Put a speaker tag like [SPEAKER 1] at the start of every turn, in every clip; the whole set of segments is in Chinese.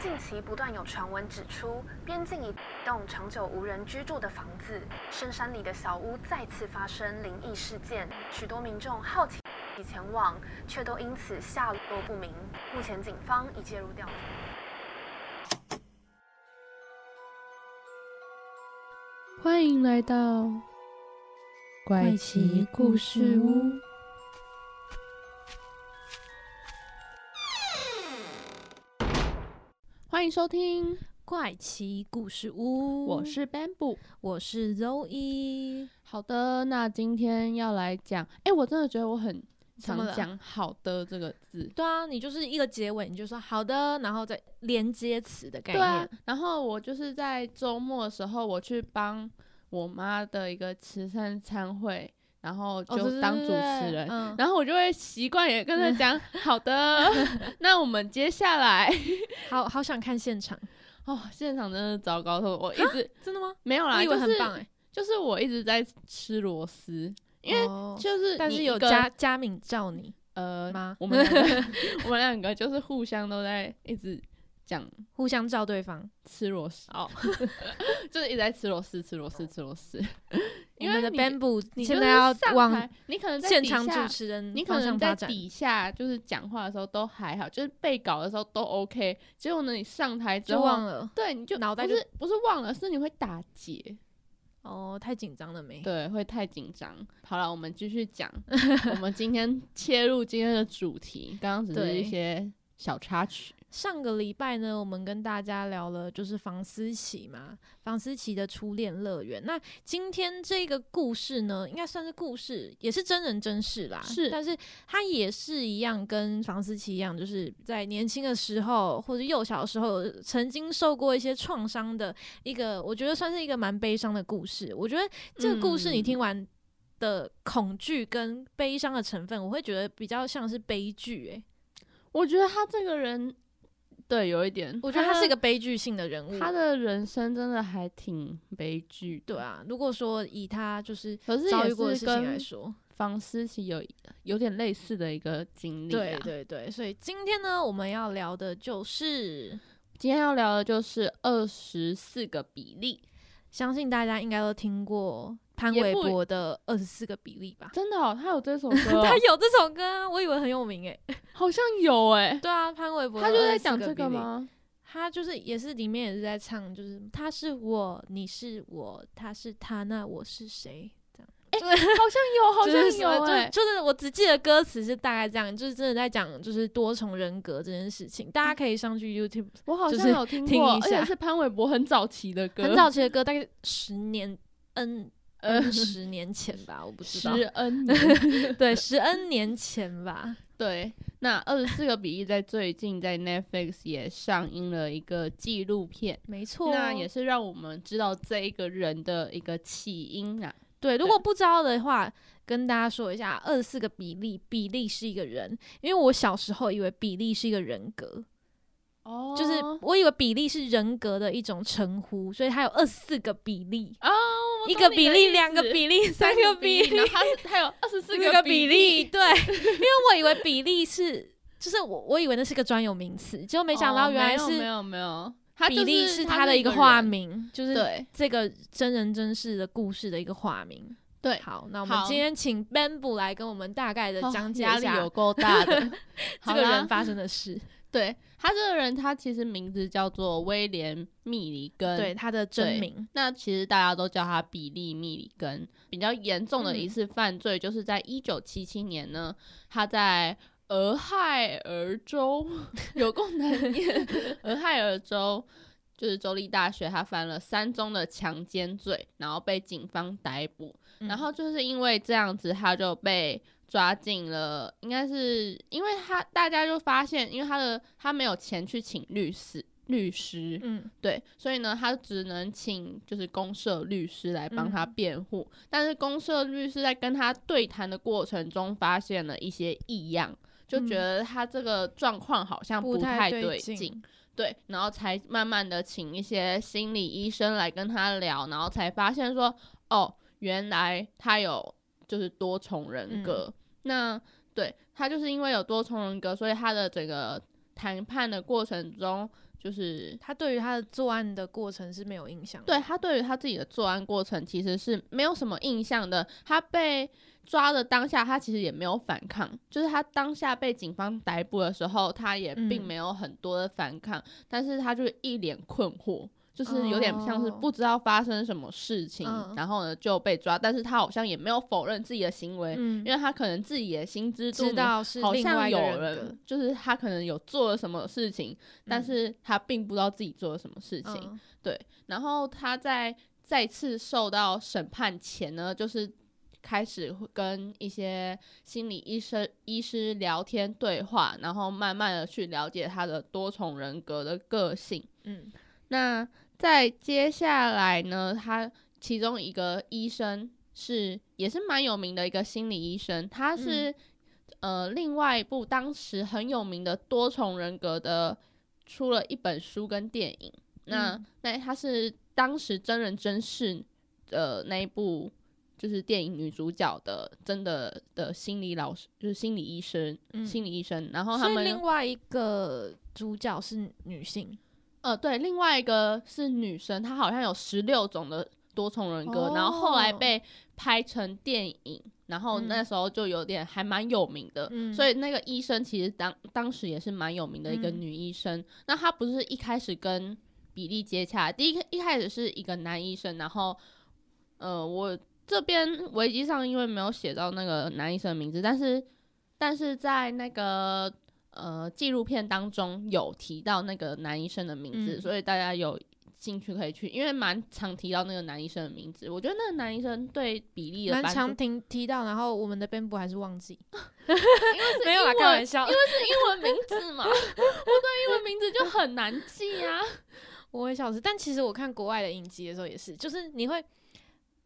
[SPEAKER 1] 近期不断有传闻指出，边境一栋长久无人居住的房子，深山里的小屋再次发生灵异事件，许多民众好奇前往，却都因此下落不明。目前警方已介入调查。
[SPEAKER 2] 欢迎来到
[SPEAKER 3] 怪奇故事屋。
[SPEAKER 2] 欢迎收听，
[SPEAKER 3] 怪奇故事屋，
[SPEAKER 2] 我是 Bamboo。
[SPEAKER 3] 我是 Zoe，
[SPEAKER 2] 好的，那今天要来讲，哎、我真的觉得我很
[SPEAKER 3] 怎么
[SPEAKER 2] 常
[SPEAKER 3] 了
[SPEAKER 2] 讲“好的”这个字。
[SPEAKER 3] 对啊，你就是一个结尾，你就说好的，然后再连接词的概
[SPEAKER 2] 对
[SPEAKER 3] 念。
[SPEAKER 2] 啊，然后我就是在周末的时候，我去帮我妈的一个慈善餐会，然后
[SPEAKER 3] 哦，对
[SPEAKER 2] 就当主持人，
[SPEAKER 3] 嗯，
[SPEAKER 2] 然后我就会习惯也跟她讲“好的”。 那我们接下来，
[SPEAKER 3] 好好想看现场，
[SPEAKER 2] 哦，现场真的糟糕透了，我一直
[SPEAKER 3] 真的吗？
[SPEAKER 2] 没有啦，
[SPEAKER 3] 我以为
[SPEAKER 2] 就是
[SPEAKER 3] 很棒哎、
[SPEAKER 2] 就是我一直在吃螺丝，因为
[SPEAKER 3] 哦
[SPEAKER 2] 就是
[SPEAKER 3] 但
[SPEAKER 2] 你
[SPEAKER 3] 是
[SPEAKER 2] 一
[SPEAKER 3] 有
[SPEAKER 2] 个
[SPEAKER 3] 嘉嘉敏罩你
[SPEAKER 2] 呃，
[SPEAKER 3] 吗？
[SPEAKER 2] 我们两 个我们两个就是互相都在一直讲
[SPEAKER 3] 互相照对方，
[SPEAKER 2] 吃螺丝，
[SPEAKER 3] 哦，
[SPEAKER 2] 就是一直在吃螺丝，吃螺丝，吃螺丝。因
[SPEAKER 3] 我
[SPEAKER 2] 为
[SPEAKER 3] 们的
[SPEAKER 2] 你
[SPEAKER 3] bamboo
[SPEAKER 2] 你
[SPEAKER 3] 现
[SPEAKER 2] 就是
[SPEAKER 3] 在要
[SPEAKER 2] 上
[SPEAKER 3] 往
[SPEAKER 2] 台，你可能在
[SPEAKER 3] 现
[SPEAKER 2] 底
[SPEAKER 3] 场
[SPEAKER 2] 下
[SPEAKER 3] 主持人
[SPEAKER 2] 你可
[SPEAKER 3] 方
[SPEAKER 2] 能
[SPEAKER 3] 向
[SPEAKER 2] 在
[SPEAKER 3] 发展，
[SPEAKER 2] 底下就是讲话的时候都还好，就是被搞的时候都 OK，结果呢你上台之
[SPEAKER 3] 就
[SPEAKER 2] 后，
[SPEAKER 3] 忘了
[SPEAKER 2] 对你就
[SPEAKER 3] 脑袋
[SPEAKER 2] 不
[SPEAKER 3] 就是
[SPEAKER 2] 不是忘了，是你会打结。
[SPEAKER 3] 哦，太紧张了没？
[SPEAKER 2] 对，会太紧张。好了，我们继续讲，我们今 天切入今天的主题，刚刚只是
[SPEAKER 3] 对
[SPEAKER 2] 一些小插曲。
[SPEAKER 3] 上个礼拜呢，我们跟大家聊了就是房思琪嘛，房思琪的初恋乐园。那今天这个故事呢，应该算是故事，也是真人真事啦。
[SPEAKER 2] 是
[SPEAKER 3] 但是它也是一样，跟房思琪一样，就是在年轻的时候或者幼小的时候，曾经受过一些创伤的一个，我觉得算是一个蛮悲伤的故事。我觉得这个故事你
[SPEAKER 2] 嗯
[SPEAKER 3] 听完。的恐惧跟悲伤的成分，我会觉得比较像是悲剧、欸，
[SPEAKER 2] 我觉得他这个人，对，有一点，
[SPEAKER 3] 我觉得他是一
[SPEAKER 2] 的
[SPEAKER 3] 个悲剧性的人物。
[SPEAKER 2] 啊
[SPEAKER 3] 欸
[SPEAKER 2] 他的人生真的还挺悲剧的。
[SPEAKER 3] 对啊，如果说以他就是
[SPEAKER 2] 可是
[SPEAKER 3] 遭遇过
[SPEAKER 2] 也
[SPEAKER 3] 的
[SPEAKER 2] 是
[SPEAKER 3] 事情来
[SPEAKER 2] 跟
[SPEAKER 3] 说，
[SPEAKER 2] 房思琪有有点类似的一个经历。啊
[SPEAKER 3] 对，对对，所以今天呢，我们要聊的就是，
[SPEAKER 2] 今天要聊的就是二十四个比例，
[SPEAKER 3] 相信大家应该都听过潘
[SPEAKER 2] 也
[SPEAKER 3] 玮
[SPEAKER 2] 不
[SPEAKER 3] 柏的《二十四个比例》吧？
[SPEAKER 2] 真的 哦，他有这首歌哦、
[SPEAKER 3] 他有这首歌啊，我以为很有名诶、
[SPEAKER 2] 好像有哎、
[SPEAKER 3] 对啊，潘玮柏
[SPEAKER 2] 欸他就
[SPEAKER 3] 的
[SPEAKER 2] 在
[SPEAKER 3] 24
[SPEAKER 2] 讲这
[SPEAKER 3] 比
[SPEAKER 2] 个
[SPEAKER 3] 例？
[SPEAKER 2] 吗？
[SPEAKER 3] 他就是也是里面也是在唱，就是他是我，你是我，他是他，那我是谁？这样。
[SPEAKER 2] 好像有， 好
[SPEAKER 3] 就是
[SPEAKER 2] 像
[SPEAKER 3] 什么
[SPEAKER 2] 有、哎，
[SPEAKER 3] 就就是我只记得歌词是大概这样，就是真的在讲就是多重人格这件事情，
[SPEAKER 2] 嗯
[SPEAKER 3] 大家可以上去 YouTube
[SPEAKER 2] 我好
[SPEAKER 3] 就
[SPEAKER 2] 像
[SPEAKER 3] 是
[SPEAKER 2] 有听过，
[SPEAKER 3] 听一
[SPEAKER 2] 而
[SPEAKER 3] 下
[SPEAKER 2] 且是潘玮柏很早期 的歌，
[SPEAKER 3] 很早嗯期的歌，大概十年 n
[SPEAKER 2] 呃
[SPEAKER 3] n 十年前吧，我不知
[SPEAKER 2] 十
[SPEAKER 3] 道，
[SPEAKER 2] N 年。
[SPEAKER 3] 对，十 n 年前吧，
[SPEAKER 2] 对，那二十四个比例在最近在 Netflix 也上映了一个纪录片，
[SPEAKER 3] 没错，
[SPEAKER 2] 那也是让我们知道这一个人的一个起因啊。
[SPEAKER 3] 对，如果不知道的话，跟大家说一下，二十四个比例，比例是一个人，因为我小时候以为比例是一个人格，
[SPEAKER 2] 哦
[SPEAKER 3] 就是我以为比例是人格的一种称呼，所以它有二十四个比例。
[SPEAKER 2] 哦，我
[SPEAKER 3] 一
[SPEAKER 2] 懂
[SPEAKER 3] 个
[SPEAKER 2] 你
[SPEAKER 3] 比
[SPEAKER 2] 的
[SPEAKER 3] 例，
[SPEAKER 2] 意
[SPEAKER 3] 两个
[SPEAKER 2] 思
[SPEAKER 3] 比例，三
[SPEAKER 2] 个
[SPEAKER 3] 个比例，
[SPEAKER 2] 然后他还有二十四
[SPEAKER 3] 四个
[SPEAKER 2] 比
[SPEAKER 3] 比例。，对，因为我以为比例是，就是我我以为那是个专有名词，结果没想到
[SPEAKER 2] 哦
[SPEAKER 3] 原来
[SPEAKER 2] 没有没
[SPEAKER 3] 是
[SPEAKER 2] 有没有，他
[SPEAKER 3] 比例
[SPEAKER 2] 啊是
[SPEAKER 3] 他的
[SPEAKER 2] 一
[SPEAKER 3] 一个化
[SPEAKER 2] 人。
[SPEAKER 3] 名，就是
[SPEAKER 2] 对
[SPEAKER 3] 这个真人真事的故事的一个化名。
[SPEAKER 2] 对，
[SPEAKER 3] 好，那我们
[SPEAKER 2] 好
[SPEAKER 3] 今天请 Bamboo 来跟我们大概的
[SPEAKER 2] 哦
[SPEAKER 3] 讲解
[SPEAKER 2] 压
[SPEAKER 3] 一
[SPEAKER 2] 力
[SPEAKER 3] 下。
[SPEAKER 2] 有够大的
[SPEAKER 3] 这
[SPEAKER 2] 好
[SPEAKER 3] 个
[SPEAKER 2] 啦
[SPEAKER 3] 人发生 的事，
[SPEAKER 2] 对他这个人，他其实名字叫做威廉·密里根。
[SPEAKER 3] 对，他的
[SPEAKER 2] 嗯
[SPEAKER 3] 真
[SPEAKER 2] 对
[SPEAKER 3] 名。
[SPEAKER 2] 那其实大家都叫他比利·密里根。比较严重的
[SPEAKER 3] 嗯
[SPEAKER 2] 一次犯罪，就是在一九七七年呢，他在俄亥俄州有够 难念，
[SPEAKER 3] 嗯
[SPEAKER 2] 俄亥俄州。就是州立大学，他犯了三宗的强奸罪，然后被警方逮捕。
[SPEAKER 3] 嗯
[SPEAKER 2] 然后就是因为这样子，他就被抓进了，应该是因为他大家就发现，因为他的他没有钱去请律师，律师，
[SPEAKER 3] 嗯，
[SPEAKER 2] 对，所以呢，他只能请就是公社律师来帮他
[SPEAKER 3] 嗯
[SPEAKER 2] 辩护。但是公社律师在跟他对谈的过程中，发现了一些异样，就觉得他这个状况好像
[SPEAKER 3] 嗯不太
[SPEAKER 2] 太
[SPEAKER 3] 对
[SPEAKER 2] 对
[SPEAKER 3] 劲
[SPEAKER 2] 劲。对，然后才慢慢的请一些心理医生来跟他聊，然后才发现说，哦，原来他有就是多重人格。那对他就是因为有多重人格，所以他的整个谈判的过程中，就是
[SPEAKER 3] 他对于他的作案的过程是没有印象的。
[SPEAKER 2] 对他对于他自己的作案过程其实是没有什么印象的。他被抓的当下，他其实也没有反抗，就是他当下被警方逮捕的时候，他也并
[SPEAKER 3] 嗯
[SPEAKER 2] 没有很多的反抗，但是他就一脸困惑。就是有点像是
[SPEAKER 3] 哦
[SPEAKER 2] 不知道发生什么事情，
[SPEAKER 3] 嗯
[SPEAKER 2] 然后呢就被抓，但是他好像也没有否认自己的行为，
[SPEAKER 3] 嗯，
[SPEAKER 2] 因为他可能自己也心知肚
[SPEAKER 3] 知
[SPEAKER 2] 明，
[SPEAKER 3] 道是
[SPEAKER 2] 好
[SPEAKER 3] 另
[SPEAKER 2] 像
[SPEAKER 3] 外一
[SPEAKER 2] 有
[SPEAKER 3] 个人格
[SPEAKER 2] 人就是他可能有做了什么事情，但
[SPEAKER 3] 嗯
[SPEAKER 2] 是他并不知道自己做了什么事情，
[SPEAKER 3] 嗯
[SPEAKER 2] 然后他在再次受到审判前呢，就是开始会跟一些心理医生、医师聊天对话，然后慢慢的去了解他的多重人格的个性。
[SPEAKER 3] 嗯
[SPEAKER 2] 那在接下来呢，他其中一个医生是也是蛮有名的一个心理医生，
[SPEAKER 3] 嗯
[SPEAKER 2] 他是、呃另外一部当时很有名的多重人格的出了一本书跟电影。那、
[SPEAKER 3] 嗯
[SPEAKER 2] 那他是当时真人真事的那一部。就是电影女主角的真的的心理老师，就是心理医生，
[SPEAKER 3] 嗯
[SPEAKER 2] 心理医生。然后他
[SPEAKER 3] 所以
[SPEAKER 2] 们
[SPEAKER 3] 另外一个主角是女性，
[SPEAKER 2] 呃，对，另外一个是女生，她好像有十六种的多重人格，然后后来
[SPEAKER 3] 哦
[SPEAKER 2] 被拍成电影，然后
[SPEAKER 3] 嗯
[SPEAKER 2] 那时候就有点还蛮有名的，
[SPEAKER 3] 嗯
[SPEAKER 2] 所以那个医生其实当当时也是蛮有名的一个
[SPEAKER 3] 嗯
[SPEAKER 2] 女医生。那她不是一开始跟比利接洽，第一个一开始是一个男医生，然后呃，我这边维基上因为没有写到那个男医生的名字，但是但是在那个呃纪录片当中有提到那个男医生的名字，
[SPEAKER 3] 嗯
[SPEAKER 2] 所以大家有兴趣可以去，因为蛮常提到那个男医生的名字。我觉得那个男医生对比例的
[SPEAKER 3] 蛮
[SPEAKER 2] 帮助
[SPEAKER 3] 常提提到，然后我们的编部还是忘记，
[SPEAKER 2] 是
[SPEAKER 3] 没有啦，
[SPEAKER 2] 英
[SPEAKER 3] 开
[SPEAKER 2] 文
[SPEAKER 3] 玩笑，
[SPEAKER 2] 是英文名字嘛，我对英文名字就很难记啊。
[SPEAKER 3] 我会笑死。但其实我看国外的影集的时候也是，就是你会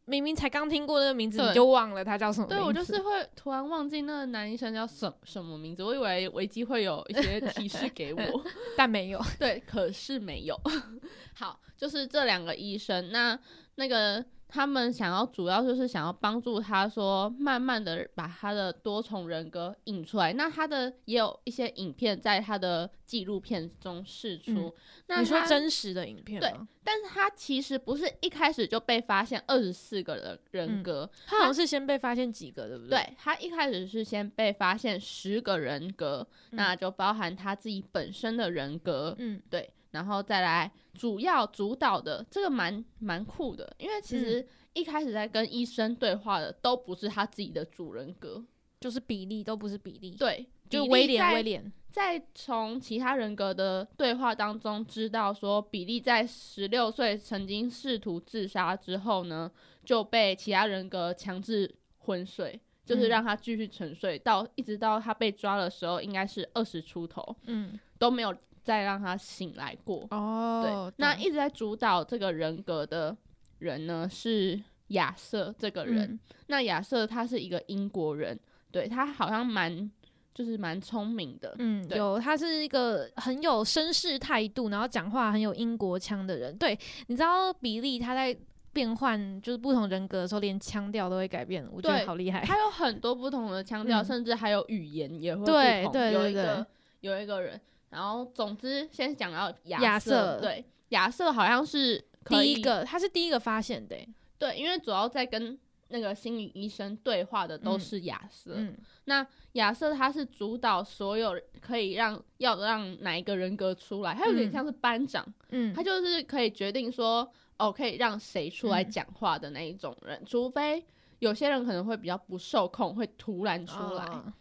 [SPEAKER 3] 明明才刚听过那个名字，
[SPEAKER 2] 对
[SPEAKER 3] 你就忘了他叫什么名
[SPEAKER 2] 对
[SPEAKER 3] 字。
[SPEAKER 2] 我就是会突然忘记那个男医生叫什什么名字，我以为维基会有一些提示给我。
[SPEAKER 3] 但没有。
[SPEAKER 2] 对，可是没有。 好，就是这两个医生，那那个他们想要主要就是想要帮助他说，慢慢的把他的多重人格引出来。那他的也有一些影片在他的纪录片中释出。
[SPEAKER 3] 嗯
[SPEAKER 2] 那
[SPEAKER 3] 你说
[SPEAKER 2] 他，
[SPEAKER 3] 真实的影片
[SPEAKER 2] 对
[SPEAKER 3] 吗？
[SPEAKER 2] 但是他其实不是一开始就被发现二十四个人人
[SPEAKER 3] 嗯
[SPEAKER 2] 格，
[SPEAKER 3] 他好像是先被发现几个，对不对？
[SPEAKER 2] 对他一开始是先被发现十个人格，
[SPEAKER 3] 嗯
[SPEAKER 2] 那就包含他自己本身的人格，
[SPEAKER 3] 嗯
[SPEAKER 2] 对，然后再来主要主导的这个蛮蛮酷的，因为其
[SPEAKER 3] 嗯
[SPEAKER 2] 实一开始在跟医生对话的都不是他自己的主人格，
[SPEAKER 3] 就是比例都不是比例，
[SPEAKER 2] 对，
[SPEAKER 3] 就
[SPEAKER 2] 比利
[SPEAKER 3] 威廉
[SPEAKER 2] 在
[SPEAKER 3] 威廉，
[SPEAKER 2] 在从其他人格的对话当中知道说，比利在十六岁曾经试图自杀之后呢，就被其他人格强制昏睡，就是
[SPEAKER 3] 嗯
[SPEAKER 2] 让他继续沉睡，到一直到他被抓的时候，应该是二十出头
[SPEAKER 3] 嗯
[SPEAKER 2] 都没有再让他醒来过。
[SPEAKER 3] 哦
[SPEAKER 2] 对，，那
[SPEAKER 3] 懂
[SPEAKER 2] 一直在主导这个人格的人呢是亚瑟这个人，
[SPEAKER 3] 嗯
[SPEAKER 2] 那亚瑟他是一个英国人，对他好像蛮就是蛮聪明的，
[SPEAKER 3] 嗯，
[SPEAKER 2] 对
[SPEAKER 3] 有，他是一个很有绅士态度，然后讲话很有英国腔的人。对，你知道比利他在变换就是不同人格的时候，连腔调都会改变，我觉
[SPEAKER 2] 对
[SPEAKER 3] 得好厉害。
[SPEAKER 2] 他有很多不同的腔调，
[SPEAKER 3] 嗯
[SPEAKER 2] 甚至还有语言也会不同。
[SPEAKER 3] 对对
[SPEAKER 2] 有
[SPEAKER 3] 对
[SPEAKER 2] 一个
[SPEAKER 3] 对
[SPEAKER 2] 有一个人，然后总之先讲到亚
[SPEAKER 3] 亚瑟
[SPEAKER 2] 对亚瑟好像是可以
[SPEAKER 3] 第一个，他是第一个发现的欸、
[SPEAKER 2] 对，因为主要在跟那个心理医生对话的都
[SPEAKER 3] 嗯
[SPEAKER 2] 是亚瑟。
[SPEAKER 3] 嗯，
[SPEAKER 2] 那亚瑟他是主导所有可以让要让哪一个人格出来，他有点
[SPEAKER 3] 嗯
[SPEAKER 2] 像是班长，
[SPEAKER 3] 嗯
[SPEAKER 2] 他，就是可以决定说哦可以让谁出来
[SPEAKER 3] 嗯
[SPEAKER 2] 讲话的那一种人，除非有些人可能会比较不受控，会突然出来。
[SPEAKER 3] 哦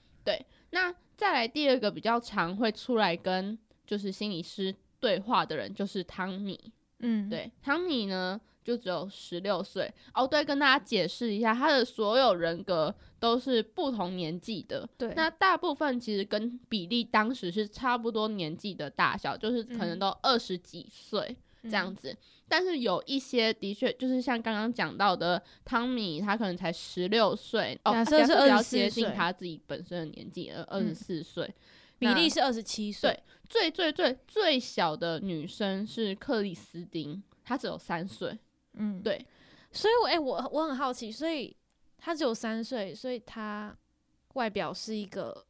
[SPEAKER 2] 那再来第二个比较常会出来跟就是心理师对话的人就是汤米，
[SPEAKER 3] 嗯，，
[SPEAKER 2] 对，汤米呢就只有十六岁哦。对，跟大家解释一下，他的所有人格都是不同年纪的。
[SPEAKER 3] 对
[SPEAKER 2] 那大部分其实跟比利当时是差不多年纪的大小，就是可能
[SPEAKER 3] 嗯
[SPEAKER 2] 都二十几岁这样
[SPEAKER 3] 嗯
[SPEAKER 2] 子。但是有一些的确就是像刚刚讲到的，汤米他可能才十六岁，哦，
[SPEAKER 3] 亚瑟是
[SPEAKER 2] 比较
[SPEAKER 3] 24
[SPEAKER 2] 接近
[SPEAKER 3] 岁
[SPEAKER 2] 他自己本身的年纪，呃，二十
[SPEAKER 3] 嗯
[SPEAKER 2] 四岁。
[SPEAKER 3] 比
[SPEAKER 2] 那
[SPEAKER 3] 利是二十七岁，
[SPEAKER 2] 最最最最小的女生是克里斯汀，她只有三岁。
[SPEAKER 3] 嗯，
[SPEAKER 2] 对。
[SPEAKER 3] 所以我，哎、我我很好奇，所以他只有三岁，所以他外表是一个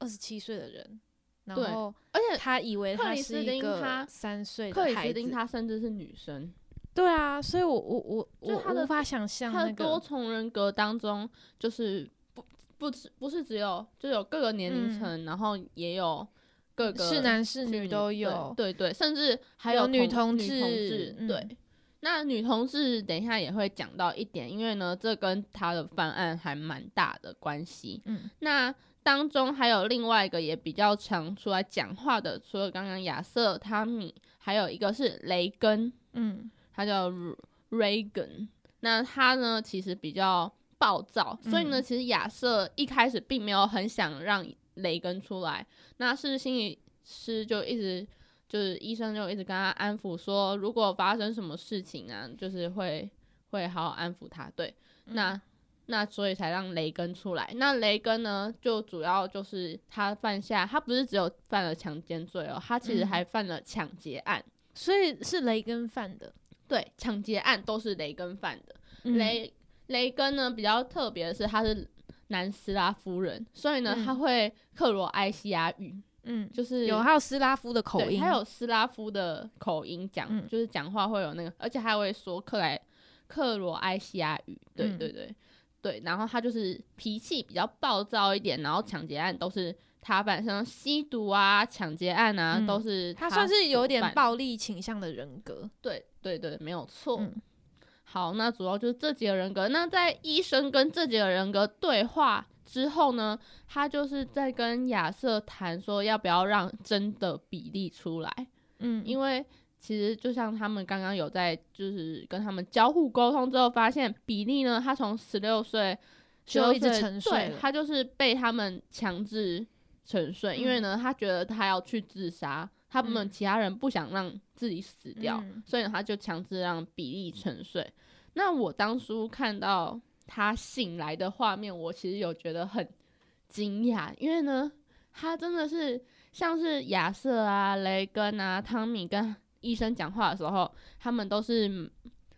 [SPEAKER 3] 二十七岁的人，然
[SPEAKER 2] 对
[SPEAKER 3] 后
[SPEAKER 2] 而且
[SPEAKER 3] 他以为
[SPEAKER 2] 克
[SPEAKER 3] 他
[SPEAKER 2] 里
[SPEAKER 3] 是
[SPEAKER 2] 斯
[SPEAKER 3] 一
[SPEAKER 2] 汀
[SPEAKER 3] 个
[SPEAKER 2] 他
[SPEAKER 3] 三岁
[SPEAKER 2] 克
[SPEAKER 3] 的
[SPEAKER 2] 里
[SPEAKER 3] 孩
[SPEAKER 2] 斯汀
[SPEAKER 3] 子，
[SPEAKER 2] 她甚至是女生，
[SPEAKER 3] 对啊，所以我我我
[SPEAKER 2] 就
[SPEAKER 3] 我
[SPEAKER 2] 他的
[SPEAKER 3] 无法想象
[SPEAKER 2] 她
[SPEAKER 3] 那
[SPEAKER 2] 的多
[SPEAKER 3] 个，
[SPEAKER 2] 重人格当中就是不不是不是只有就有各个年龄层，然后也有各个
[SPEAKER 3] 嗯是男是女都
[SPEAKER 2] 对
[SPEAKER 3] 有，
[SPEAKER 2] 对对，甚至还
[SPEAKER 3] 有
[SPEAKER 2] 有
[SPEAKER 3] 女
[SPEAKER 2] 同
[SPEAKER 3] 同
[SPEAKER 2] 女同
[SPEAKER 3] 志
[SPEAKER 2] 志
[SPEAKER 3] 嗯
[SPEAKER 2] 对。那女同志等一下也会讲到一点，因为呢，这跟她的犯案还蛮大的关系。
[SPEAKER 3] 嗯，
[SPEAKER 2] 那当中还有另外一个也比较常出来讲话的，除了刚刚亚瑟、汤米，还有一个是雷根，
[SPEAKER 3] 嗯
[SPEAKER 2] 他叫 Re- Reagan。那他呢，其实比较暴躁，所以呢，
[SPEAKER 3] 嗯
[SPEAKER 2] 其实亚瑟一开始并没有很想让雷根出来，那是心理师就一直就是医生就一直跟他安抚说，如果发生什么事情啊，就是会会好好安抚他。对，
[SPEAKER 3] 嗯
[SPEAKER 2] 那那所以才让雷根出来。那雷根呢，就主要就是他犯下，他不是只有犯了强奸罪哦，他其实
[SPEAKER 3] 嗯
[SPEAKER 2] 还犯了抢劫案。
[SPEAKER 3] 所以是雷根犯的，
[SPEAKER 2] 对，抢劫案都是雷根犯的。
[SPEAKER 3] 嗯
[SPEAKER 2] 雷雷根呢比较特别的是，他是南斯拉夫人，所以呢、
[SPEAKER 3] 嗯
[SPEAKER 2] 他会克罗埃西亚语，
[SPEAKER 3] 嗯，
[SPEAKER 2] 就是
[SPEAKER 3] 有还有斯拉夫的口
[SPEAKER 2] 对
[SPEAKER 3] 音，
[SPEAKER 2] 他有斯拉夫的口音讲，
[SPEAKER 3] 嗯
[SPEAKER 2] 就是讲话会有那个，而且他还会说克莱克罗埃西亚语，对
[SPEAKER 3] 嗯
[SPEAKER 2] 对对、对，然后他就是脾气比较暴躁一点，然后抢劫案都是他犯，像吸毒啊、抢劫案啊、
[SPEAKER 3] 嗯
[SPEAKER 2] 都是
[SPEAKER 3] 他算是有
[SPEAKER 2] 所
[SPEAKER 3] 点
[SPEAKER 2] 犯
[SPEAKER 3] 暴力倾向的人格，
[SPEAKER 2] 对对对，没有错。
[SPEAKER 3] 嗯
[SPEAKER 2] 好，那主要就是这几个人格。那在医生跟这几个人格对话之后呢，他就是在跟亚瑟谈说要不要让真的比例出来，
[SPEAKER 3] 嗯，
[SPEAKER 2] 因为其实就像他们刚刚有在就是跟他们交互沟通之后，发现比利呢，他从十六岁
[SPEAKER 3] 就
[SPEAKER 2] 16
[SPEAKER 3] 一直
[SPEAKER 2] 岁
[SPEAKER 3] 沉睡
[SPEAKER 2] 对
[SPEAKER 3] 了
[SPEAKER 2] 他就是被他们强制沉睡，因为呢，他觉得他要去自杀，他们
[SPEAKER 3] 嗯
[SPEAKER 2] 其他人不想让自己死掉，
[SPEAKER 3] 嗯
[SPEAKER 2] 所以呢，他就强制让比利沉睡。那我当初看到他醒来的画面，我其实有觉得很惊讶，因为呢，他真的是像是亚瑟啊、雷根啊、汤米跟医生讲话的时候，他们都是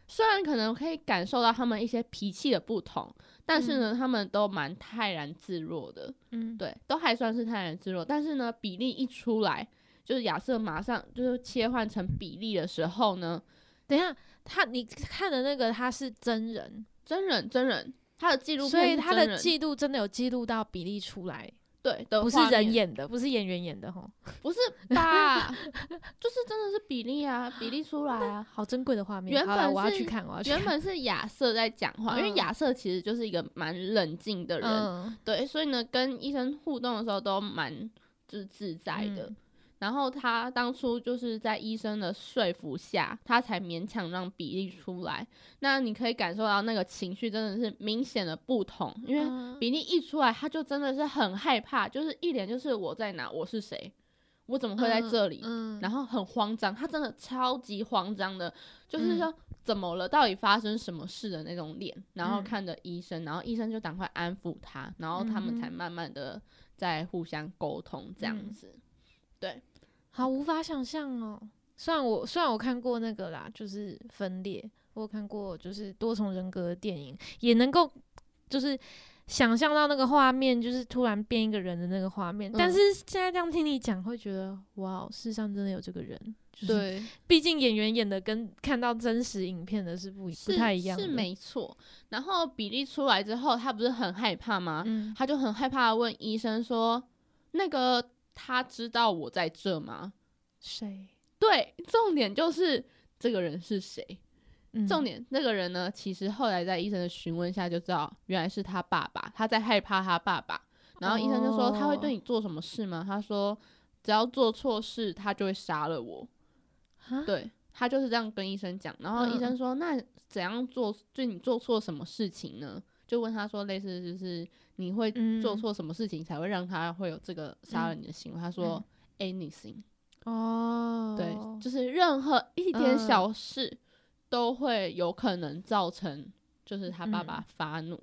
[SPEAKER 2] 虽然可能可以感受到他们一些脾气的不同，但是呢，他们都蛮泰然自若的，
[SPEAKER 3] 嗯，
[SPEAKER 2] 对，都还算是泰然自若。但是呢，比利一出来，就是亚瑟马上就是切换成比利的时候呢，
[SPEAKER 3] 等一下他你看的那个他是真人，
[SPEAKER 2] 真人真人，他的纪录
[SPEAKER 3] 所
[SPEAKER 2] 片
[SPEAKER 3] 以
[SPEAKER 2] 是
[SPEAKER 3] 他
[SPEAKER 2] 真
[SPEAKER 3] 的
[SPEAKER 2] 人
[SPEAKER 3] 记录真的有记录到比例出来，
[SPEAKER 2] 对的
[SPEAKER 3] 不是
[SPEAKER 2] 画面
[SPEAKER 3] 人，演的，不是演员演的吼，
[SPEAKER 2] 不是吧？就是真的是比利啊，比利出来啊。
[SPEAKER 3] 好珍贵的画面。
[SPEAKER 2] 原
[SPEAKER 3] 好啦
[SPEAKER 2] 本
[SPEAKER 3] 我要
[SPEAKER 2] 是
[SPEAKER 3] 去看，我要去看。
[SPEAKER 2] 原本是亚瑟在讲话，因为
[SPEAKER 3] 嗯
[SPEAKER 2] 亚瑟其实就是一个蛮冷静的人，
[SPEAKER 3] 嗯，
[SPEAKER 2] 对，所以呢，跟医生互动的时候都蛮就是自在的。
[SPEAKER 3] 嗯
[SPEAKER 2] 然后他当初就是在医生的说服下，他才勉强让比利出来。那你可以感受到那个情绪真的是明显的不同，因为
[SPEAKER 3] 嗯
[SPEAKER 2] 比利一出来，他就真的是很害怕，就是一脸就是我在哪，我是谁，我怎么会在这里，
[SPEAKER 3] 嗯
[SPEAKER 2] 然后很慌张，他真的超级慌张的，就是
[SPEAKER 3] 嗯
[SPEAKER 2] 说怎么了，到底发生什么事的那种脸，然后
[SPEAKER 3] 嗯
[SPEAKER 2] 看着医生，然后医生就赶快安抚他，然后他们才
[SPEAKER 3] 嗯哼
[SPEAKER 2] 慢慢的在互相沟通这样
[SPEAKER 3] 嗯
[SPEAKER 2] 子。
[SPEAKER 3] 好无法想象哦。虽然我虽然我看过那个啦，就是分裂，我有看过就是多重人格的电影，也能够就是想象到那个画面，就是突然变一个人的那个画面。但
[SPEAKER 2] 嗯
[SPEAKER 3] 是现在这样听你讲，会觉得哇，哦世上真的有这个人。就是，
[SPEAKER 2] 对，
[SPEAKER 3] 毕竟演员演的跟看到真实影片的是不一不
[SPEAKER 2] 是
[SPEAKER 3] 太一样的。
[SPEAKER 2] 是没错。然后比利出来之后，他不是很害怕吗？
[SPEAKER 3] 嗯
[SPEAKER 2] 他就很害怕地问医生说：“那个他知道我在这吗
[SPEAKER 3] 谁？？”
[SPEAKER 2] 对，重点就是这个人是谁。
[SPEAKER 3] 嗯
[SPEAKER 2] 重点，那个人呢，其实后来在医生的询问下就知道，原来是他爸爸，他在害怕他爸爸。然后医生就说：“他会对
[SPEAKER 3] 哦
[SPEAKER 2] 你做什么事吗？”他说：“只要做错事，他就会杀了我。”
[SPEAKER 3] 啊
[SPEAKER 2] 对他就是这样跟医生讲，然后医
[SPEAKER 3] 嗯
[SPEAKER 2] 生说：“那怎样做？就你做错什么事情呢？”就问他说：“类似就是你会做
[SPEAKER 3] 嗯
[SPEAKER 2] 错什么事情才会让他会有这个杀了你的行为？”他说：“anything。”
[SPEAKER 3] 嗯哦，
[SPEAKER 2] 对，就是任何一点
[SPEAKER 3] 嗯
[SPEAKER 2] 小事都会有可能造成，就是他爸
[SPEAKER 3] 嗯
[SPEAKER 2] 爸发怒。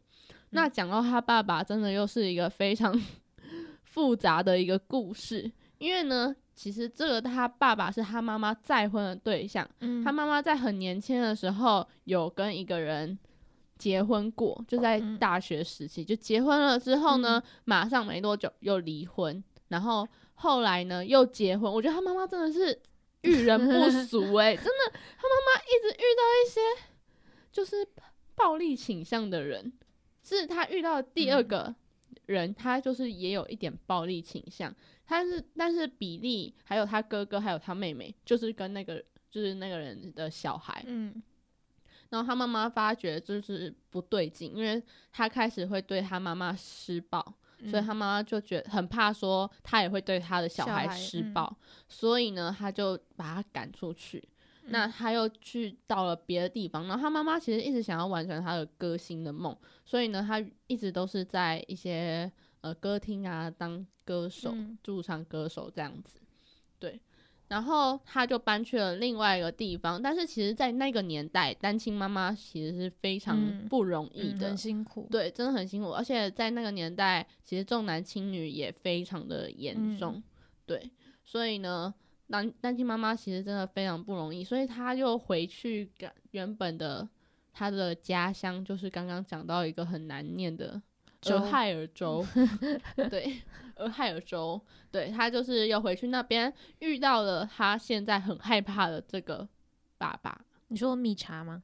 [SPEAKER 2] 那讲到他爸爸，真的又是一个非常 复杂的一个故事，因为呢，其实这个他爸爸是他妈妈再婚的对象，
[SPEAKER 3] 嗯
[SPEAKER 2] 他妈妈在很年轻的时候有跟一个人结婚过，就在
[SPEAKER 3] 嗯
[SPEAKER 2] 大学时期就结婚了之后呢，马上没多久又离婚。然后后来呢又结婚。我觉得他妈妈真的是遇人 不淑哎、真的，他妈妈一直遇到一些就是暴力倾向的人，是他遇到的第
[SPEAKER 3] 嗯
[SPEAKER 2] 二个人，他就是也有一点暴力倾向，他是但是比利还有他哥哥还有他妹妹，就是跟那个就是那个人的小孩，
[SPEAKER 3] 嗯
[SPEAKER 2] 然后他妈妈发觉就是不对劲，因为他开始会对他妈妈施暴，
[SPEAKER 3] 嗯，
[SPEAKER 2] 所以他妈妈就觉得很怕，说他也会对他的小
[SPEAKER 3] 小
[SPEAKER 2] 孩
[SPEAKER 3] 孩
[SPEAKER 2] 施
[SPEAKER 3] 嗯
[SPEAKER 2] 暴，所以呢，他就把他赶出去。
[SPEAKER 3] 嗯
[SPEAKER 2] 那他又去到了别的地方，然后他妈妈其实一直想要完成他的歌星的梦，所以呢，他一直都是在一些呃歌厅啊当歌手、
[SPEAKER 3] 嗯
[SPEAKER 2] 驻唱歌手这样子，对。然后他就搬去了另外一个地方，但是其实，在那个年代，单亲妈妈其实是非常
[SPEAKER 3] 嗯
[SPEAKER 2] 不容易
[SPEAKER 3] 嗯
[SPEAKER 2] 的，
[SPEAKER 3] 很辛苦，
[SPEAKER 2] 对，真的很辛苦，而且在那个年代，其实重男轻女也非常的严
[SPEAKER 3] 嗯
[SPEAKER 2] 重，对，所以呢，单单亲妈妈其实真的非常不容易，所以她又回去跟原本的她的家乡，就是刚刚讲到一个很难念的俄
[SPEAKER 3] 州
[SPEAKER 2] 亥俄州， 对，俄亥俄州，对她就是又回去那边遇到了她现在很害怕的这个爸爸，
[SPEAKER 3] 你说米茶吗？